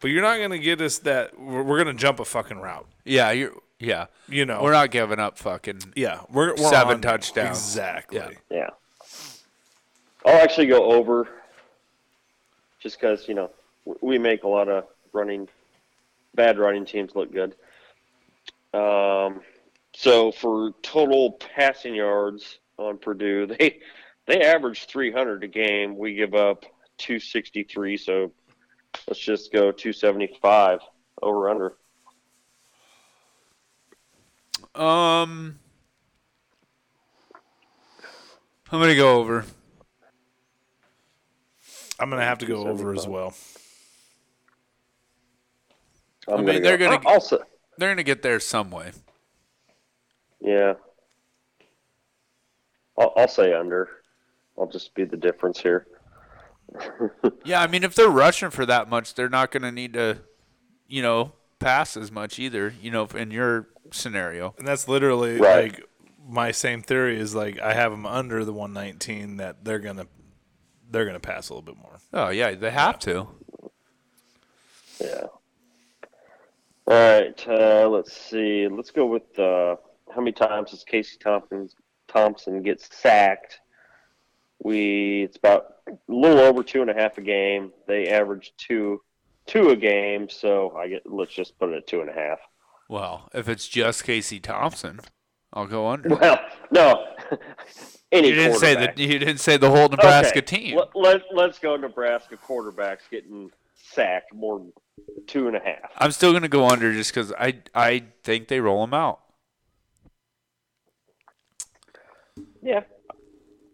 but you're not gonna get us that. We're, we're gonna jump a fucking route. yeah, you're yeah. You know. we're not giving up fucking. Yeah, we're, we're Seven on now. touchdowns. Exactly. Yeah. Yeah. I'll actually go over just because, you know, w- we make a lot of running, bad running teams look good. Um, so for total passing yards on Purdue, they they average 300 a game. We give up 263, so let's just go 275 over under. Um, I'm gonna go over. I'm gonna have to go over as well. I'm mean, they're gonna- I'll- I'll say- They're gonna get there some way. Yeah. I'll, I'll say under. I'll just be the difference here. Yeah, I mean, if they're rushing for that much, they're not going to need to, you know, pass as much either. You know, in your scenario. And that's literally Right. like my same theory is like I have them under the 119 that they're gonna they're gonna pass a little bit more. Oh yeah, they have to. Yeah. All right. Uh, let's see. Let's go with uh, how many times does Casey Thompson Thompson get sacked? We it's about a little over two and a half a game. They average two two a game, so I get let's just put it at two and a half. Well, if it's just Casey Thompson, I'll go under. Well, no. Any you didn't say quarterback. the you didn't say the whole Nebraska Okay, team. Let, let, let's go Nebraska quarterbacks getting sacked more than two and a half. I'm still going to go under just because I I think they roll them out. Yeah.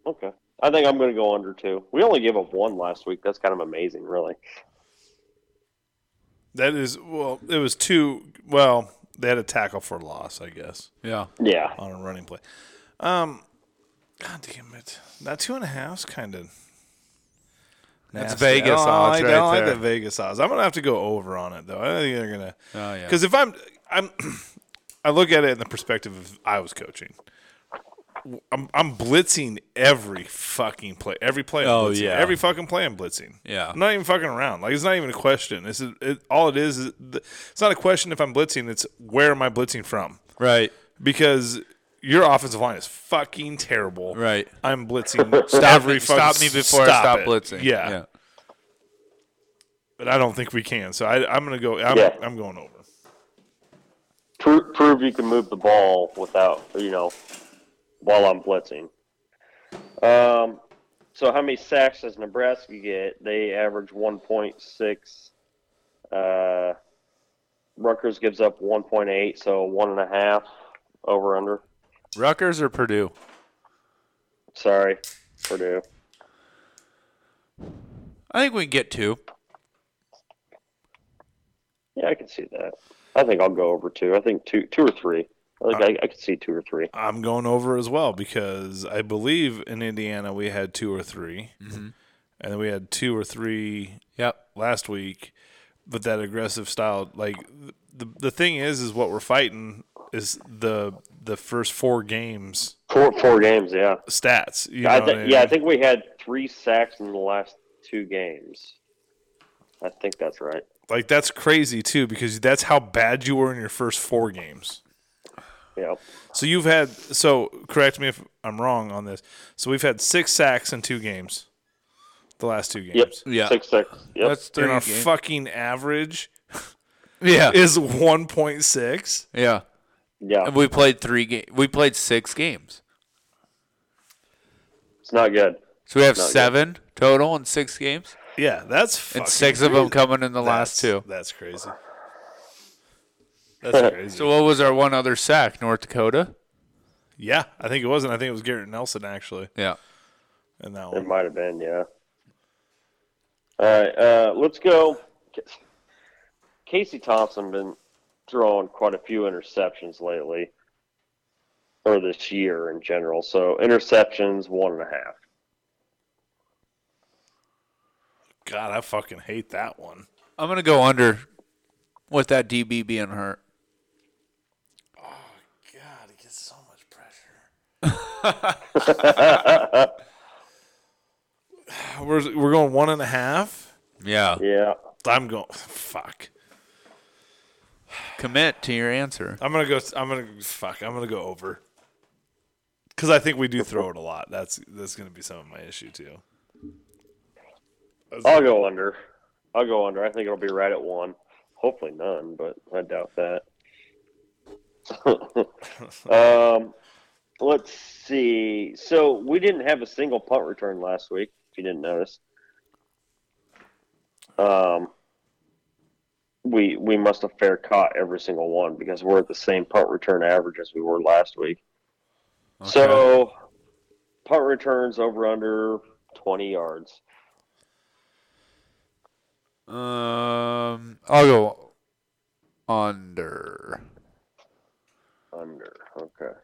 Okay. I think I'm going to go under two. We only gave up one last week. That's kind of amazing, really. That is well, it was two. Well, they had a tackle for loss, I guess, Yeah. Yeah. on a running play. Um, God damn it, that two and a half's kind of. That's Vegas odds Oh, I right don't like there. the Vegas odds. I'm gonna have to go over on it though. I don't think they're gonna. Oh yeah. Because if I'm, I'm, I look at it in the perspective of I was coaching. I'm, I'm blitzing every fucking play, every play. I'm Oh, blitzing. yeah. every fucking play I'm blitzing. Yeah. I'm not even fucking around. Like it's not even a question. This is it, all it is. is the, it's not a question if I'm blitzing. It's where am I blitzing from? right. Because your offensive line is fucking terrible. Right. I'm blitzing. Stop every me, fucking- stop me before I stop it. blitzing. Yeah, but I don't think we can. So I, I'm gonna go. I'm, Yeah. I'm going over. Prove, prove you can move the ball without, you know, while I'm blitzing. Um, so how many sacks does Nebraska get? They average 1.6 Uh, Rutgers gives up 1.8, so one and a half over under. Rutgers or Purdue? Sorry, Purdue. I think we can get two. Yeah, I can see that. I think I'll go over two. I think two, two or three. I think I, I could see two or three. I'm going over as well because I believe in Indiana we had two or 3 and then we had two or three Yep. last week. But that aggressive style, like the the thing is, is what we're fighting is the the first four games Four, four games, yeah. stats. You know I what thi- I yeah, I mean? think we had three sacks in the last two games. I think that's right. like that's crazy too because that's how bad you were in your first four games. Yeah. So you've had so correct me if I'm wrong on this. So we've had six sacks in two games, the last two games. Yep. Yeah. Six six. Yep. That's three And our games. fucking average yeah. is 1.6. Yeah. yeah. And we played three ga- we played six games. it's not good. So we have Not good. seven total in six games, Yeah, that's fucking and six of them coming in the last that's- two. That's crazy. That's crazy. So what was our one other sack? North Dakota. yeah, I think it wasn't. I think it was Garrett Nelson actually Yeah. in that It one. might have been, yeah. All right, uh, let's go. Casey Thompson been throwing quite a few interceptions lately, or this year in general. So interceptions one and a half. God, I fucking hate that one. I'm gonna go under with that DB being hurt. God, it gets so much pressure. we're we're going one and a half. Yeah. Yeah, I'm going. Fuck. Commit to your answer. I'm gonna go. I'm gonna fuck. I'm gonna go over. Because I think we do throw it a lot. That's that's gonna be some of my issue too. Oh. I'll go under. I'll go under. I think it'll be right at one. Hopefully none, but I doubt that. um, let's see. So we didn't have a single punt return last week. If you didn't notice, um, we we must have fair caught every single one because we're at the same punt return average as we were last week. So punt returns over under twenty yards. Um, I'll go under. Under. Okay.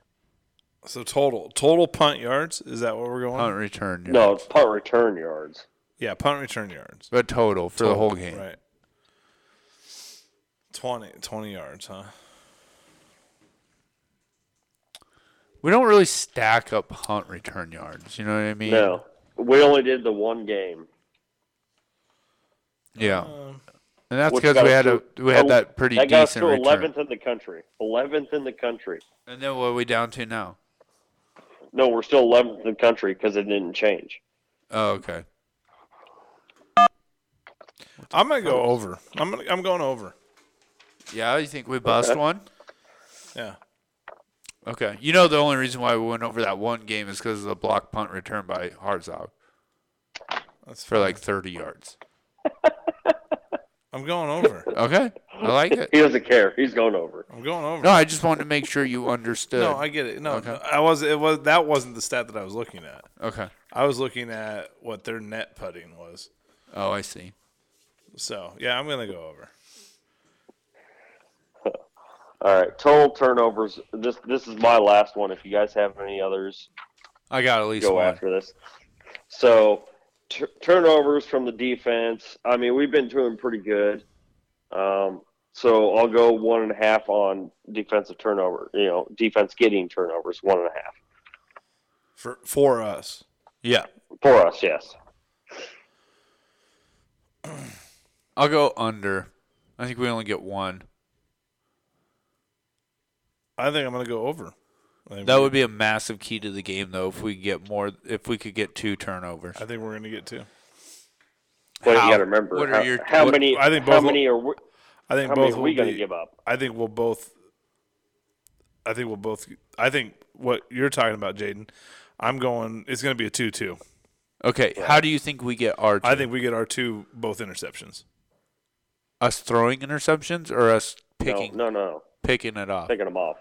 So total total punt yards is that what we're going? Punt return. yeah. No, it's punt return yards. Yeah, punt return yards But total for the whole game. Right. 20, 20 yards, huh? We don't really stack up punt return yards. You know what I mean? No, we only did the one game. Yeah. Um, And that's which because got we us had a to- we had oh, that pretty that got us decent to return. 11th in the country. 11th in the country. And then what are we down to now? No, we're still 11th in the country because it didn't change. Oh, okay. I'm gonna go over. I'm gonna, I'm going over. Yeah, you think we bust Okay. one? Yeah. Okay. You know the only reason why we went over that one game is because of the block punt return by Harzog That's for like 30 yards. I'm going over. Okay. I like it. He doesn't care. He's going over. I'm going over. No, I just wanted to make sure you understood. No, I get it. No, Okay. no, I was it was that wasn't the stat that I was looking at. okay. I was looking at what their net putting was. Oh, I see. So yeah, I'm gonna go over. All right, total turnovers. This this is my last one. If you guys have any others, I got at least go one. after this. So tur turnovers from the defense. I mean, we've been doing pretty good. Um, so I'll go one and a half on defensive turnover. You know, defense getting turnovers one and a half For for us. Yeah. for us. Yes. I'll go under. I think we only get one. I think I'm gonna go over. I think That we- would be a massive key to the game, though, if we get more, if we could get two turnovers. I think we're gonna get two. But How- you got to remember what are how, your- how what- many. I think how both- many are we, I think how many both are will we going to be- give up? I think we'll both. I think we'll both. I think what you're talking about, Jaden. I'm going. It's going to be a two-two. Okay. How do you think we get our two? I think we get our two both interceptions. Us throwing interceptions or us picking No, no, no, picking it off? taking them off.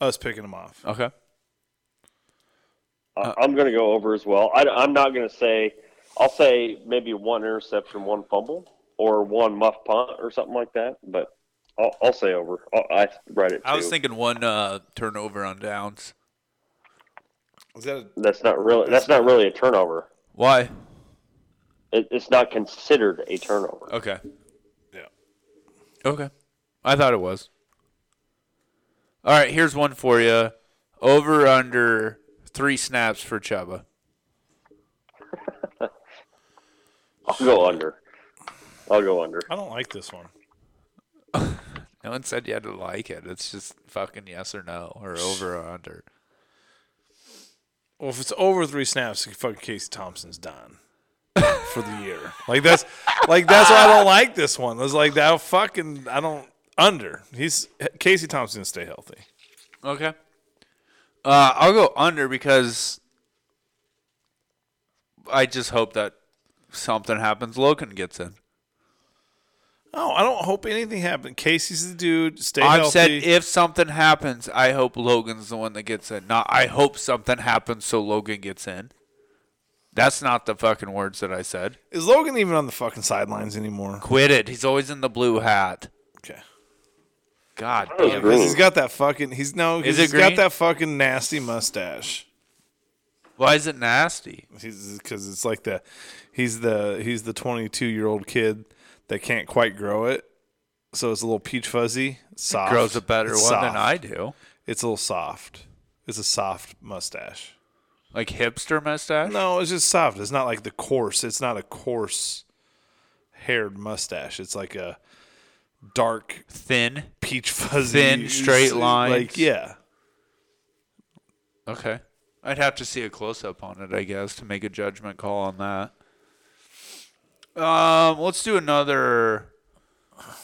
Us picking them off. Okay. I I'm going to go over as well. I, am not going to say. I'll say maybe one interception, one fumble, or one muff punt, or something like that. But I'll, I'll say over. I'll, I write it. I was too. thinking one uh, turnover on downs. Oh. Is that a, that's not really. That's not really a turnover. Why? It, it's not considered a turnover. Okay. yeah? Okay. I thought it was. All right, here's one for you. Over under three snaps for Chuba. I'll go under. I'll go under. I don't like this one. No one said you had to like it. It's just fucking yes or no or over or under. Well, if it's over three snaps, fucking Casey Thompson's done for the year. Like that's like that's why I don't like this one. It's like that fucking I don't under. He's Casey Thompson stay healthy. Okay. Uh, I'll go under because I just hope that something happens. Logan gets in. Oh, I don't hope anything happened. Casey's the dude. Stay I've healthy. said if something happens, I hope Logan's the one that gets in. Not I hope something happens so Logan gets in. That's not the fucking words that I said. Is Logan even on the fucking sidelines anymore? Quit it. He's always in the blue hat. Okay. God was damn. green. it. Because he's got that fucking he's no Is he's it green? got that fucking nasty mustache. Why is it nasty? He's because it's like the he's the he's the 22 year old kid that can't quite grow it, so it's a little peach fuzzy. Soft Grows a better It's one soft. than I do. It's a little soft. It's a soft mustache. Like hipster mustache? No, it's just soft. It's not like the coarse. It's not a coarse haired mustache. It's like a dark Thin. peach fuzzy Thin, straight lines. Like yeah, Okay. I'd have to see a close up on it, I guess, to make a judgment call on that. Um, let's do another.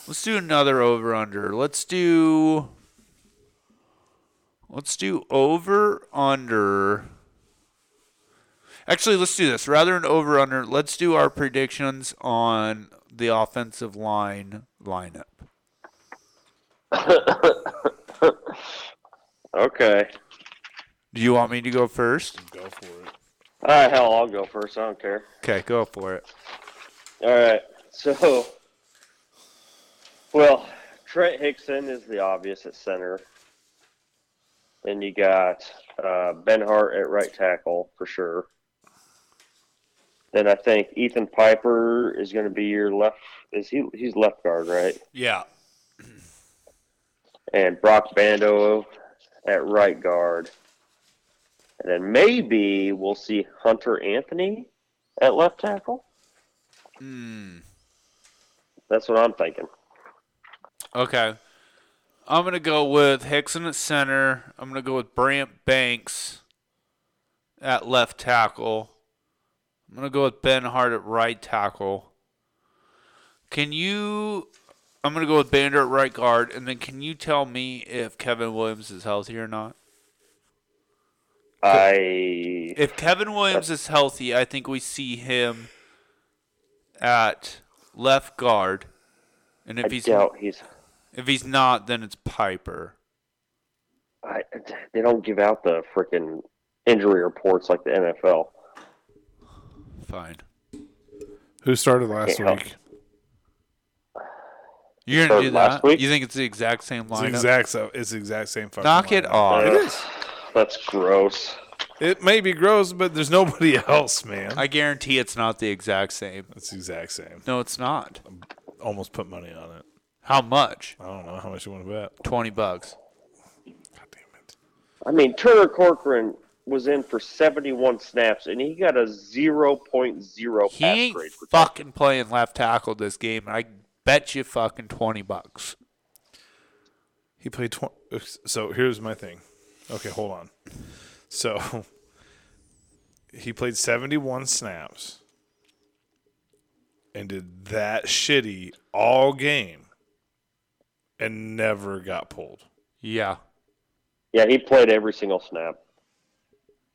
Let's do another over under. Let's do. Let's do over under. Actually, let's do this. Rather than over under, let's do our predictions on the offensive line lineup. Okay. Do you want me to go first? go for it. All right. Hell, I'll go first. I don't care. Okay, go for it. All right. So, well, Trent Hickson is the obvious at center. Then you got uh, Ben Hart at right tackle for sure. Then I think Ethan Piper is going to be your left. Is he? He's left guard, right? Yeah. and Brock Bando at right guard. And then maybe we'll see Hunter Anthony at left tackle. Hmm. That's what I'm thinking. Okay. I'm going to go with Hickson at center. I'm going to go with Brant Banks at left tackle. I'm going to go with Ben Hart at right tackle. Can you. I'm going to go with Bander at right guard. And then can you tell me if Kevin Williams is healthy or not? I If Kevin Williams is healthy, I think we see him at left guard. And if I he's doubt he's. if he's not, then it's Piper. I, they don't give out the freaking injury reports like the NFL. Fine. Who started last Yeah. week? You're gonna Or do last that? week? You think it's the exact same It's lineup? the exact so it's the exact same fucking. Knock it lineup. off. Uh, That's gross. It may be gross, but there's nobody else, man. I guarantee it's not the exact same. it's the exact same. No, it's not. Almost put money on it. How much? I don't know how much you want to bet. Twenty bucks. God damn it. I mean, Turner Corcoran was in for 71 snaps, and he got a 0.0 He pass ain't grade. for- fucking playing left tackle this game. I bet you fucking twenty bucks. He played 20. So here's my thing. Okay, hold on. So he played 71 snaps and did that shitty all game and never got pulled. Yeah. Yeah, he played every single snap.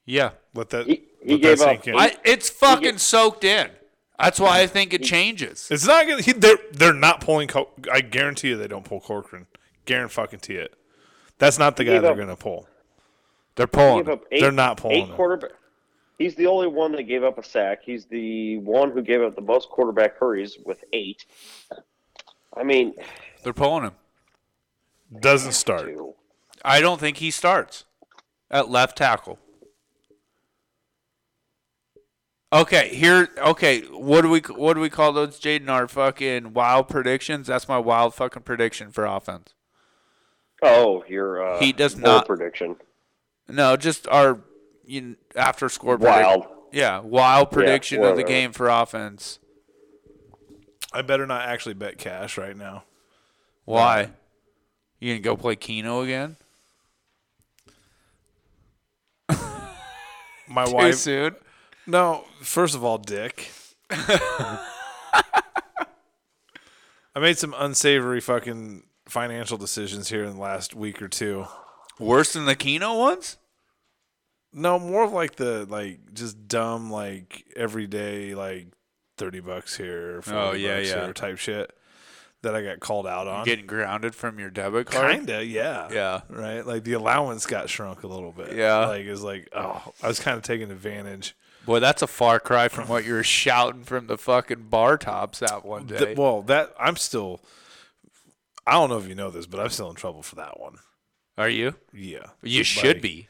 Yeah. Let that, He- he let gave that sink up. in. I, it's fucking soaked in. That's why I think it changes. It's not gonna. He, they're they're not pulling. Cor- I guarantee you they don't pull Corcoran. Guarantee fucking it. That's not the guy Give they're up. gonna pull. They're pulling. Gave him. up eight, They're not pulling eight him. quarterback. He's the only one that gave up a sack. He's the one who gave up the most quarterback hurries with eight. I mean, They're pulling him. Doesn't start. two. I don't think he starts at left tackle. Okay, here. Okay, what do we what do we call those, Jaden? Our fucking wild predictions. That's my wild fucking prediction for offense. Oh, your uh, He does bold not- prediction. No, just our you kn- after score. Wild. predict- yeah, wild prediction of the whatever. game for offense. I better not actually bet cash right now. Why? You gonna go play Keno again? My Too wife. soon. No, first of all, Dick. I made some unsavory fucking financial decisions here in the last week or two. Worse than the Keno ones? No, more of like the like just dumb like everyday like thirty bucks here, 40 Oh, yeah, bucks yeah. here type shit that I got called out on. Getting grounded from your debit card? Kinda, yeah, Yeah. right. Like the allowance got shrunk a little bit. Yeah. like it's like oh, I was kind of taking advantage. Boy, that's a far cry from what you were shouting from the fucking bar tops that one day. Th- well, that I'm still. I don't know if you know this, but I'm still in trouble for that one. Are you? Yeah, You Like, should be.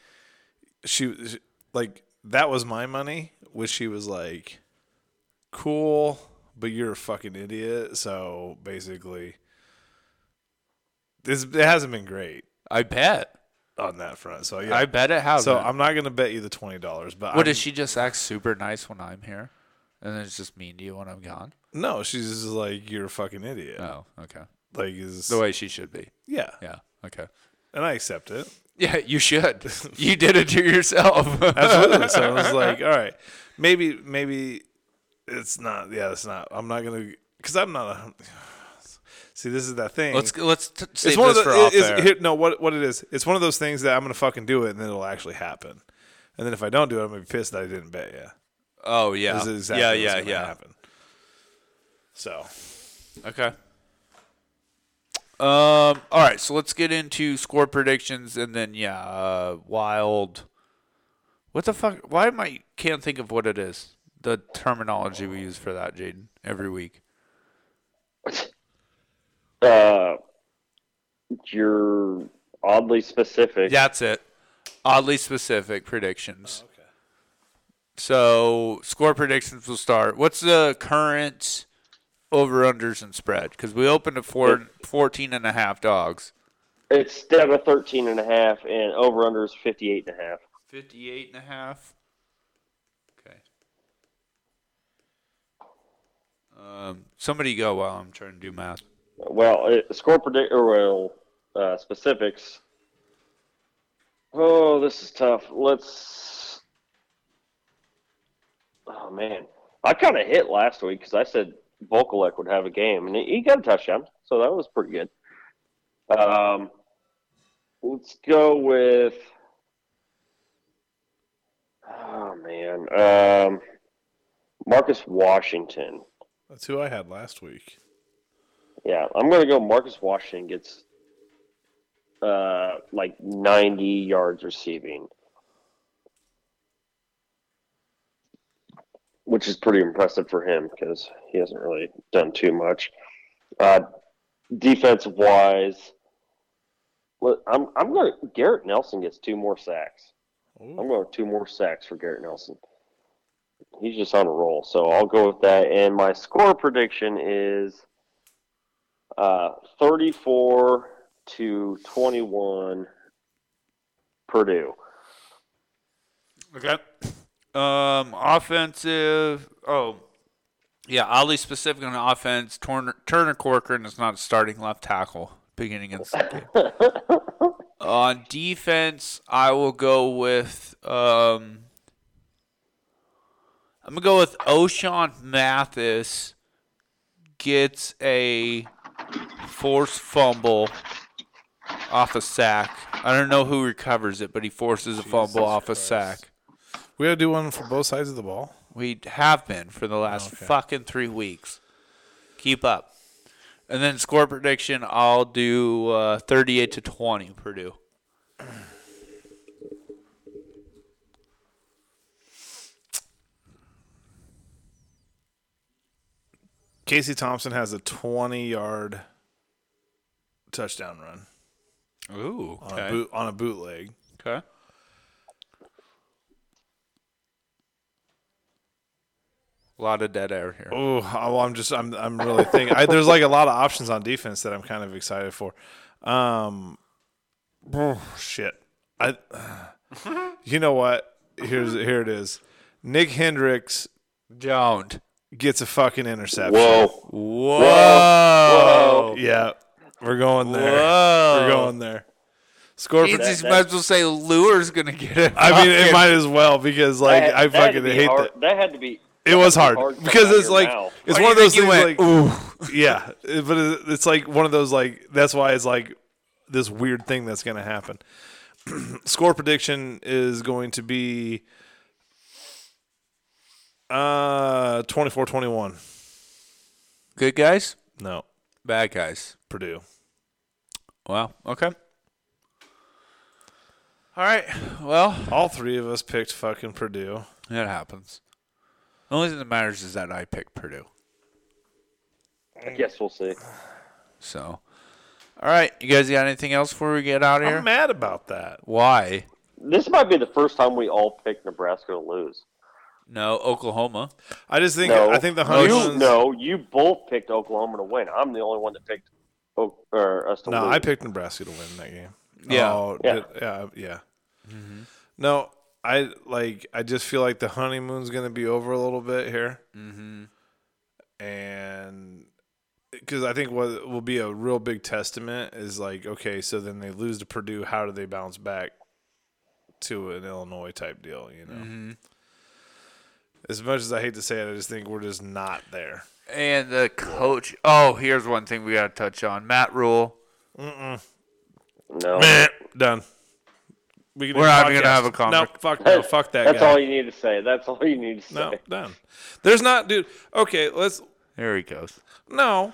She, she like that was my money, which she was like, "Cool, but you're a fucking idiot." So basically, this it hasn't been great I bet. on that front. So yeah, I bet it has. so been. I'm not gonna bet you the twenty dollars, but What I'm- does she just act super nice when I'm here, and then it's just mean to you when I'm gone? No, she's just like you're a fucking idiot. Oh, okay. Like is The way she should be. yeah, Yeah. Okay. and I accept it. Yeah, you should. you did it to yourself. Absolutely. so I was like, all right, maybe maybe it's not. Yeah, it's not. I'm not gonna because I'm not. A, see, this is that thing. let's let's t- save it's one this of the, for off it- it's- air. here- no, what what it is? It's one of those things that I'm gonna fucking do it, and then it'll actually happen. And then if I don't do it, I'm gonna be pissed that I didn't bet. Yeah, oh yeah. this is yeah. exactly what's Yeah. gonna Yeah. Happen. So Okay. Um. All right. So let's get into score predictions, and then yeah, uh, wild. What the fuck? Why am I can't think of what it is? The terminology we use for that, Jaden, every week. Uh, you're oddly specific. That's it. Oddly specific predictions. So score predictions will start. What's the current over unders and spread? Because we opened at four, 14 and a half dogs. It's down to 13 and a half, and over under is 58 and a half. 58 and a half. Okay. Um, somebody go while I'm trying to do math. Well, it, score predict or well, uh, specifics. Oh, this is tough. Let's. Oh man, I kind of hit last week because I said Volkolek would have a game, and he got a touchdown, so that was pretty good. Um, let's go with. Oh man, um, Marcus Washington. that's who I had last week. Yeah, I'm gonna go. Marcus Washington gets uh like 90 yards receiving, which is pretty impressive for him because he hasn't really done too much. Uh, defensive wise, look, I'm I'm gonna Garrett Nelson gets two more sacks. I'm going with two more sacks for Garrett Nelson. He's just on a roll, so I'll go with that. And my score prediction is uh, 34 to 21 Purdue. Okay. Um, offensive. Oh, yeah. Oddly specific on offense. Turner, Turner Corcoran is not starting left tackle beginning of the second. on defense, I will go with. Um, I'm gonna go with O'Shawn Mathis gets a forced fumble off a sack. I don't know who recovers it, but he forces a fumble off a sack. We gotta do one for both sides of the ball. We have been for the last Okay. fucking three weeks. Keep up. And then score prediction, I'll do uh, 38 to 20 Purdue. Casey Thompson has a 20 yard touchdown run Ooh. on, a, boot, on a bootleg. okay. A lot of dead air here. Oh, well, I'm just I'm I'm really thinking. I, there's like a lot of options on defense that I'm kind of excited for. Um, oh, shit. I. you know what? Here's here it is. Nick Hendricks Don't. gets a fucking interception. Whoa. Whoa. Whoa. Yeah, we're going there. Whoa. We're going there. Score. You For, just might as well say Lure's going to get it. I mean, it might as well because like That- I that had to fucking be hate hard. that. That had to be. It was hard, hard coming because out of it's your like mouth. it's Or one of do you those think things. you Like, went, yeah, it- but it- it's like one of those like that's why it's like this weird thing that's going to happen. Score prediction is going to be uh 24-21. Good guys, No, bad guys. Purdue. Wow. Okay. All right. Well, All three of us picked fucking Purdue. that happens. The only thing that matters is that I picked Purdue. I guess we'll see. So, all right. You guys got anything else before we get out of here? I'm mad about that. Why? This might be the first time we all picked Nebraska to lose. No, Oklahoma. I just think No, I think the you, Huntsman's no, you both picked Oklahoma to win. I'm the only one that picked o- or us to No, lose. I picked Nebraska to win that game. Yeah. Oh, Yeah. did- yeah, yeah. No, I like. I just feel like the honeymoon's gonna be over a little bit here, Mm-hmm. and because I think what will be a real big testament is like, okay, so then they lose to Purdue. How do they bounce back to an Illinois type deal? You know. As much as I hate to say it, I just think we're just not there. And the coach. Oh, here's one thing we got to touch on. Matt Rule. No, Eh, Done. We can We're do not even gonna podcast. have a conver- No, fuck no, fuck that. That's guy. all you need to say. That's all you need to say. No, done. There's not, dude. Okay, let's. There he goes. No,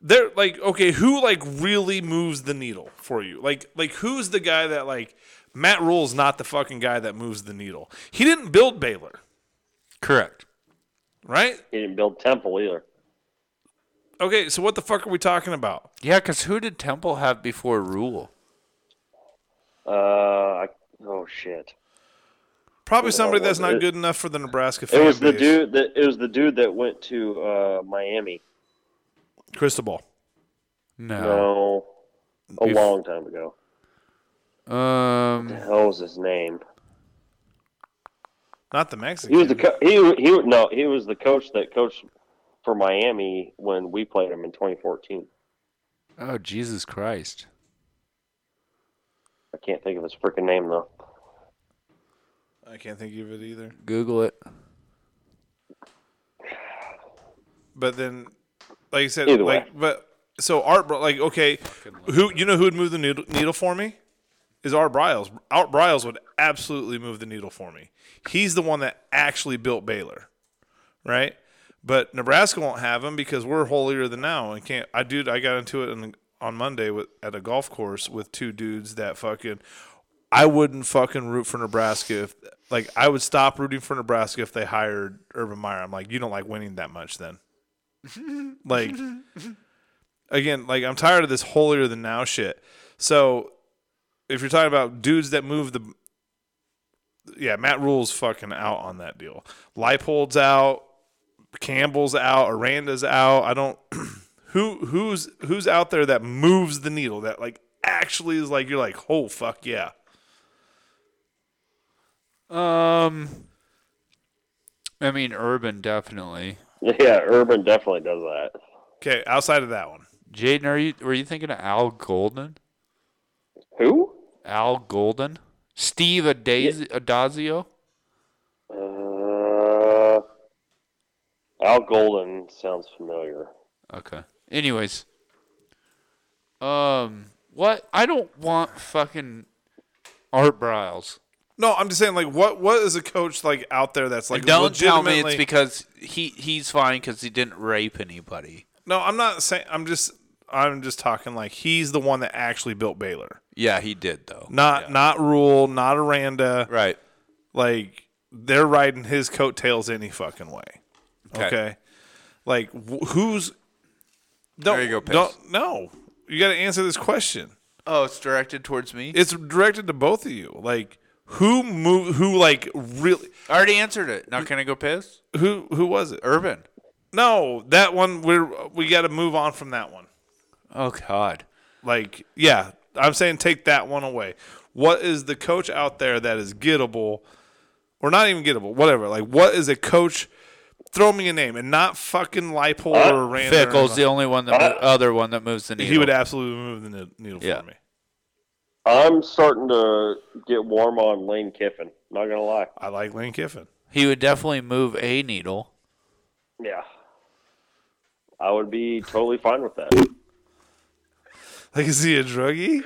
they're like, okay, who like really moves the needle for you? Like, like who's the guy that like Matt Rule's not the fucking guy that moves the needle. He didn't build Baylor, Correct. right? He didn't build Temple either. Okay, so what the fuck are we talking about? Yeah, because who did Temple have before Rule? Uh, I, oh shit! Probably somebody that's not it- good enough for the Nebraska. It fan was the base. dude that it was the dude that went to uh, Miami. Cristobal. No. No, a Bef- long time ago. Um. The hell was his name? Not the He Mexican. was the co- he he no he was the coach that coached for Miami when we played him in 2014. Oh Jesus Christ. I can't think of his freaking name though. I can't think of it either. Google it. But then, like I said, Either way. like but so Art, Br- like okay, who you know who would move the needle, needle for me is Art Briles. Art Briles would absolutely move the needle for me. He's the one that actually built Baylor, right? But Nebraska won't have him because we're holier than now and can't. I dude, I got into it on, on Monday with at a golf course with two dudes that fucking. I wouldn't fucking root for Nebraska if like I would stop rooting for Nebraska if they hired Urban Meyer. I'm like, you don't like winning that much then. Like again, like I'm tired of this holier than now shit. So if you're talking about dudes that move the yeah, Matt Rule's fucking out on that deal. Leipold's out, Campbell's out, Aranda's out. I don't who who's who's out there that moves the needle that like actually is like you're like, "Oh fuck yeah." Um, I mean, Urban definitely. Yeah, Urban definitely does that. Okay, outside of that one. Jaden, are you were you thinking of Al Golden? Who? Al Golden, Steve Adaz- Adazio. Uh, Al Golden sounds familiar. Okay. Anyways, um, what I don't want fucking Art Briles No, I'm just saying, like, what what is a coach like out there that's like? Don't tell me it's legitimately- because he he's fine because he didn't rape anybody. No, I'm not saying. I'm just I'm just talking like he's the one that actually built Baylor, Yeah, he did though. not not Rule, not Aranda. right. Like they're riding his coattails any fucking way. Okay. Okay. Like wh- who's? Don't, There you go, Pace. Don't no. You got to answer this question. Oh, it's directed towards me. It's directed to both of you. Like who move? Who like really? I already answered it. Now can I go piss? Who who was it? Urban. No, that one we're we got to move on from that one. Oh God. Like yeah, I'm saying take that one away. What is the coach out there that is gettable, or not even gettable? Whatever. Like what is a coach? Throw me a name and not fucking Leipold or Rand. Fickle's the only one that mo- other one that moves the needle. He would absolutely move the ne- needle Yeah. for me. I'm starting to get warm on Lane Kiffin. Not gonna lie. I like Lane Kiffin. He would definitely move a needle. Yeah, I would be totally fine with that. Like, is he a druggie?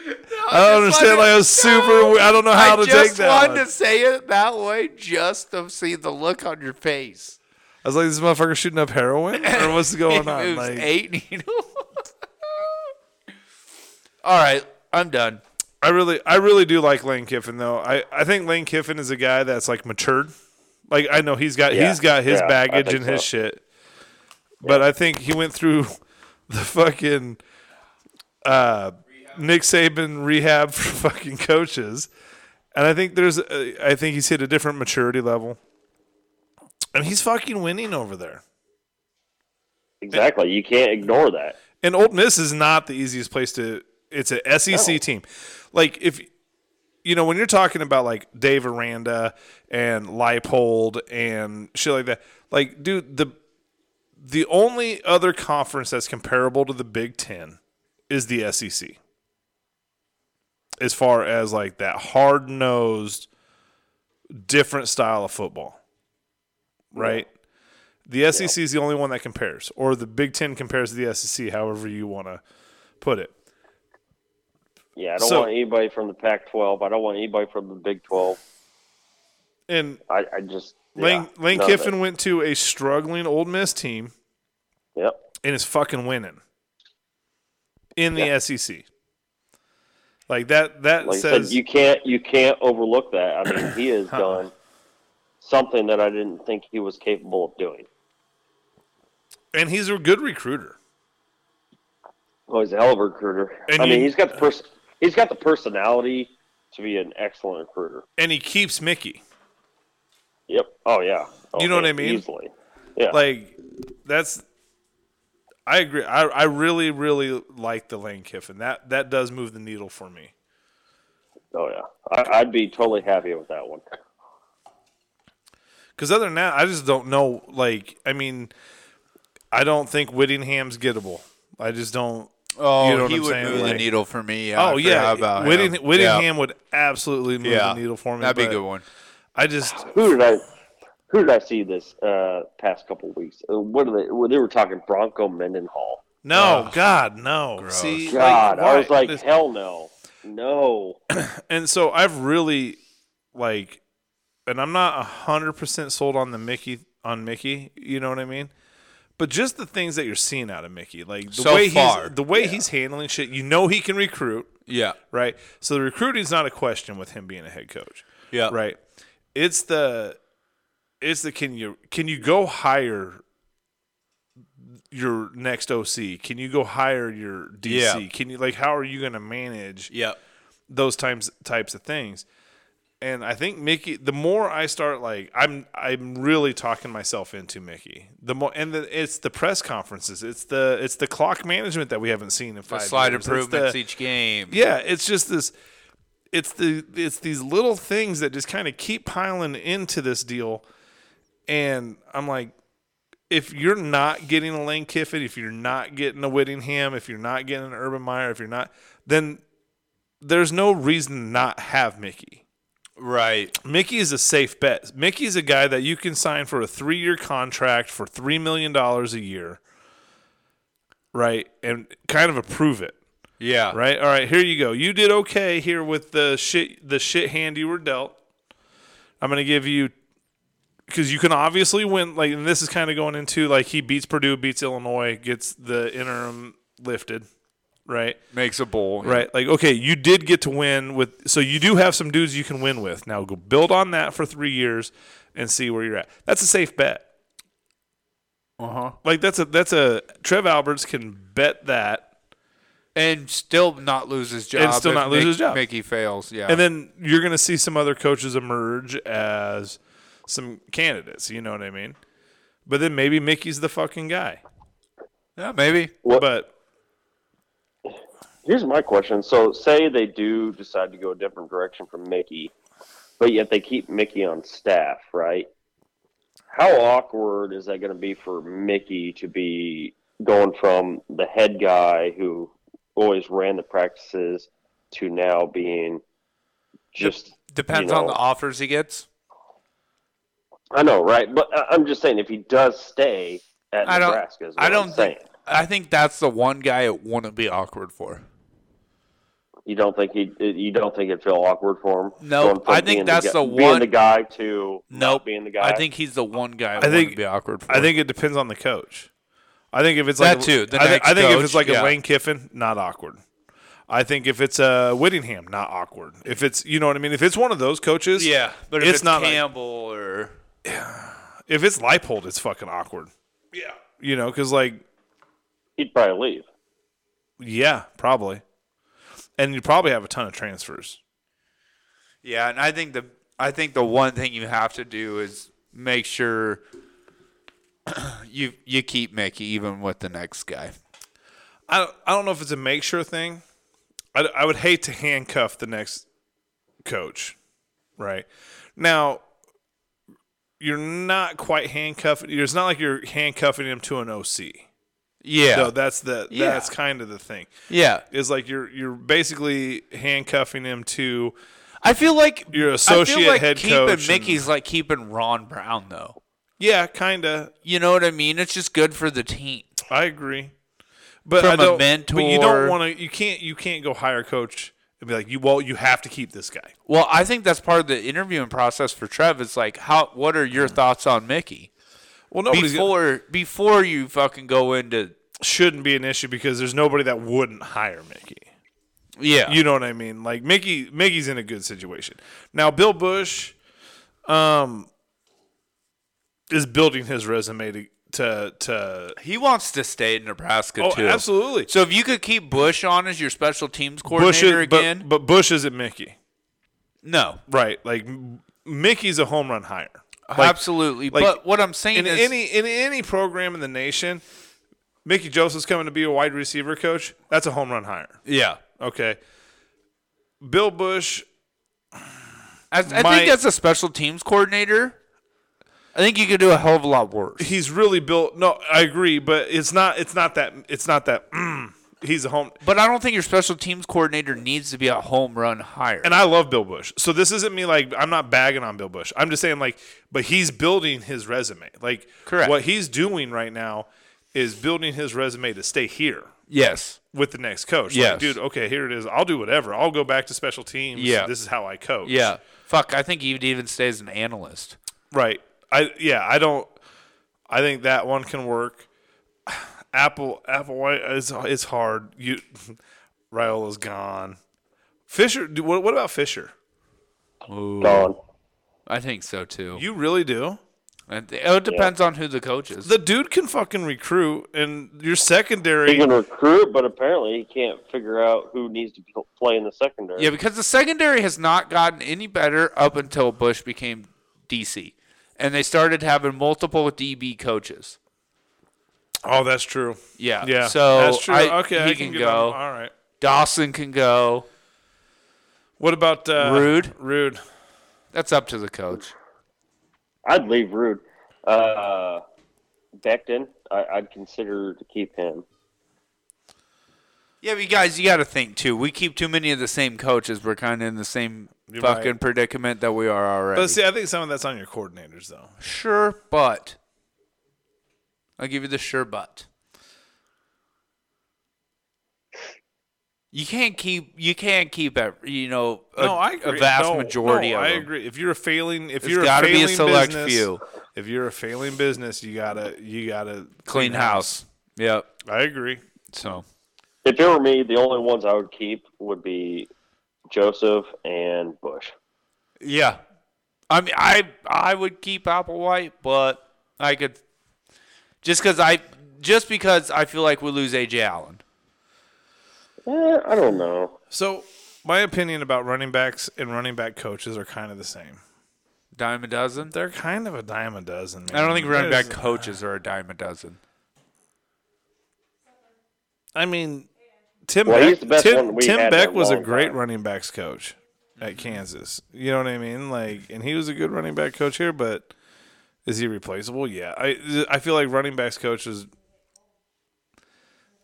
I don't understand. Like, I was super. we- I don't know how to take that. one. say it that way just to see the look on your face. I was like, this motherfucker shooting up heroin, or what's going on? Like, eight needle. All right, I'm done. I really, I really do like Lane Kiffin though. I, I think Lane Kiffin is a guy that's like matured. Like, I know he's got Yeah, he's got his yeah, I baggage think and his so. shit, but I think he went through the fucking uh, Nick Saban rehab for fucking coaches, and I think there's, uh, I think he's hit a different maturity level, and he's fucking winning over there. Exactly. You can't ignore that. And Old Miss is not the easiest place to. It's a SEC No. team. Like if you know when you're talking about like Dave Aranda and Leipold and shit like that. Like, dude, the the only other conference that's comparable to the Big Ten is the SEC. As far as like that hard nosed, different style of football, right? The SEC is the only one that compares, or the Big Ten compares to the SEC, however you want to put it. Yeah, I don't So- want anybody from the Pac-12. I don't want anybody from the Big 12. And I, I just yeah, Lane, Lane none of it. Kiffin went to a struggling Old Miss team Yep. and is fucking winning in the Yeah. SEC. Like that. That Like I says said, you can't you can't overlook that. I mean, he has done something that I didn't think he was capable of doing. and he's a good recruiter. Well, he's a hell of a recruiter. And I mean, you- he's got the pers- he's got the personality to be an excellent recruiter. and he keeps Mickey. Yep. Oh yeah. Oh, You know what yeah, I mean? Easily. Yeah. Like that's I agree. I, I really really like the Lane Kiffin. That that does move the needle for me. oh yeah. I, I'd be totally happy with that one. Cuz other than that, I just don't know like I mean I don't think Whittingham's gettable. I just don't Oh, You know what he I'm would saying? move the Like- needle for me. Yeah, I Oh yeah, forgot about Whitting, him. Whittingham Yeah. would absolutely move Yeah. the needle for me. That'd be a but good one. I just Who did I? Who did I see this uh, past couple weeks? Uh, what are they? Well, they were talking Bronco Mendenhall. no, God, no. Gross. See, like, God, I was why? like, This- hell no, no. and so I've really like, and I'm not hundred percent sold on the Mickey on Mickey. You know what I mean? But just the things that you're seeing out of Mickey, like the So way far. he's the way he's handling shit, you know he can recruit, Yeah, right? So the recruiting's not a question with him being a head coach, yeah, right? It's the it's the can you can you go hire your next OC? Can you go hire your DC? Yeah. Can you like how are you going to manage yeah. those times types of things. And I think Mickey, the more I start like I'm I'm really talking myself into Mickey. The more and the, it's the press conferences. It's the it's the clock management that we haven't seen in The five slide years. It's improvements the- each game. yeah, it's just this it's the it's these little things that just kind of keep piling into this deal. And I'm like if you're not getting a Lane Kiffin, if you're not getting a Whittingham, if you're not getting an Urban Meyer, if you're not then there's no reason to not have Mickey. Right. Mickey is a safe bet. Mickey's a guy that you can sign for a three year contract for $3 million a year, right? And kind of approve it. Yeah. Right. All right. Here you go. You did okay here with the shit, the shit hand you were dealt. I'm going to give you because you can obviously win. Like, and this is kind of going into like he beats Purdue, beats Illinois, gets the interim lifted, right? Makes a bowl. Right. Like, okay, you did get to win with, so you do have some dudes you can win with. Now go build on that for three years and see where you're at. That's a safe bet. Uh huh. Like that's a that's a Trev Alberts can bet that, And still not lose his job. And still if not lose Mick- his job. Mickey fails. Yeah. and then you're going to see some other coaches emerge as some candidates. You know what I mean? But then maybe Mickey's the fucking guy. yeah, maybe. What- But Here's my question. So, say they do decide to go a different direction from Mickey, but yet they keep Mickey on staff, right? How awkward is that going to be for Mickey to be going from the head guy who always ran the practices to now being just. Depends You on the know. offers he gets. I know, right? But I- I'm just saying, if he does stay at I don't- Nebraska, is what I don't am think. saying. I think that's the one guy it wouldn't be awkward for. You don't think he? You don't think it'd feel awkward for him? No, going from I think being that's guy- the one- being the guy to not Nope. being the guy. I think he's the one guy. It I think- wouldn't be awkward. For. I think it depends on the coach. I think if it's like That too, the I, thi- next I think coach, if it's like yeah. a Lane Kiffin, not awkward. I think if it's a Whittingham, not awkward. If it's you know what I mean. If it's one of those coaches, Yeah, but if It's it's, not like- Campbell or If it's Leipold, it's fucking awkward. yeah, You know, because like he'd probably leave. yeah, probably, and you probably have a ton of transfers. yeah, and I think the I think the one thing you have to do is make sure you you keep Mickey even with the next guy. I don't, I don't know if it's a make sure thing. I, I would hate to handcuff the next coach, right? Now, you're not quite handcuffing. It's not like you're handcuffing him to an OC. Yeah, No, that's the Yeah. that's kind of the thing. yeah. Is like you're you're basically handcuffing him to I feel like your I associate feel like head keeping coach. and- Mickey's like keeping Ron Brown though. yeah, kind of. You know what I mean? It's just good for the team. I agree. But From I a don't, But you mentor. don't want to. You can't. You can't go hire a coach and be like, you well, you have to keep this guy. Well, I think that's part of the interviewing process for Trev. It's like, how? What are your thoughts on Mickey Well, nobody's gonna- before before you fucking go into? shouldn't be an issue because there's nobody that wouldn't hire Mickey. Yeah, You know what I mean? Like Mickey, Mickey's in a good situation now. Bill Bush, um, is building his resume to to, to he wants to stay in Nebraska oh, too. absolutely So if you could keep Bush on as your special teams Bush coordinator is, again, but, but Bush isn't Mickey, no, right? Like M- Mickey's a home run hire. Like, absolutely. like, but what I'm saying in is, any in any program in the nation, Mickey Joseph's coming to be a wide receiver coach. That's a home run hire. yeah, Okay, Bill Bush I, I My- think that's a special teams coordinator. I think you could do a hell of a lot worse. he's really built. No, I agree, but it's not. It's not that. It's not that. Mm, he's a home, But I don't think your special teams coordinator needs to be a home run hire. and I love Bill Bush. So this isn't me like I'm not bagging on Bill Bush. I'm just saying like, but he's building his resume. Like, Correct. What he's doing right now is building his resume to stay here yes, with the next coach. Yes. Like, dude. Okay, here it is. I'll do whatever. I'll go back to special teams. Yeah. This is how I coach. yeah. Fuck, I think he'd even stay as an analyst. Right. I yeah, I don't I think that one can work. Apple Apple White is it's hard. You Raiola's gone. Fisher dude, what, what about Fisher? Gone. I think so too. You really do? And th- oh, it depends on who the coach is. The dude can fucking recruit and your secondary He can recruit, but apparently he can't figure out who needs to pl- play in the secondary. yeah, because the secondary has not gotten any better up until Bush became DC, and they started having multiple DB coaches. Oh, that's true. Yeah, Yeah. So that's true. I- okay, he I can, get go. on- All right. Dawson can go. What about uh, Rude? Rude. That's up to the coach. I'd leave Rude. Uh, Becton, I, I'd consider to keep him. Yeah, but you guys, you got to think too. We keep too many of the same coaches. We're kind of in the same right. fucking predicament that we are already. But see, I think some of that's on your coordinators though. Sure, but I'll give you the sure but. You can't keep you can't keep every, you know a, no, I a agree. vast No, majority no, of I them. agree. If you're a failing, if There's you're got gotta to be a select few. If you're a failing business, you gotta you gotta Clean house. Yep. I agree. So If it were me, the only ones I would keep would be Joseph and Bush. yeah, I mean I I would keep Applewhite, but I could just because I just because I feel like we lose AJ Allen. Eh, I don't know. So my opinion about running backs and running back coaches are kind of the same. Dime a dozen. They're kind of a dime a dozen. Man. I don't think running back There's- coaches are a dime a dozen. I mean, Tim Well, he's the best Beck. Tim, one we Tim had in a Beck was a long great time. running backs coach at Kansas. You know what I mean? Like, and he was a good running back coach here, but is he replaceable? Yeah, I I feel like running backs coaches.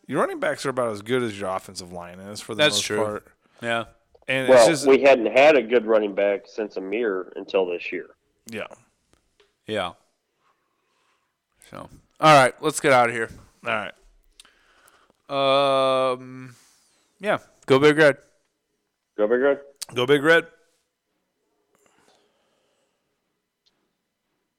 Your running backs are about as good as your offensive line is for the That's most true. part, Yeah. and Well, it's just we hadn't had a good running back since Amir until this year. yeah. Yeah. So all right, let's get out of here. All right, Um, yeah, go big red. Go big red. go big red.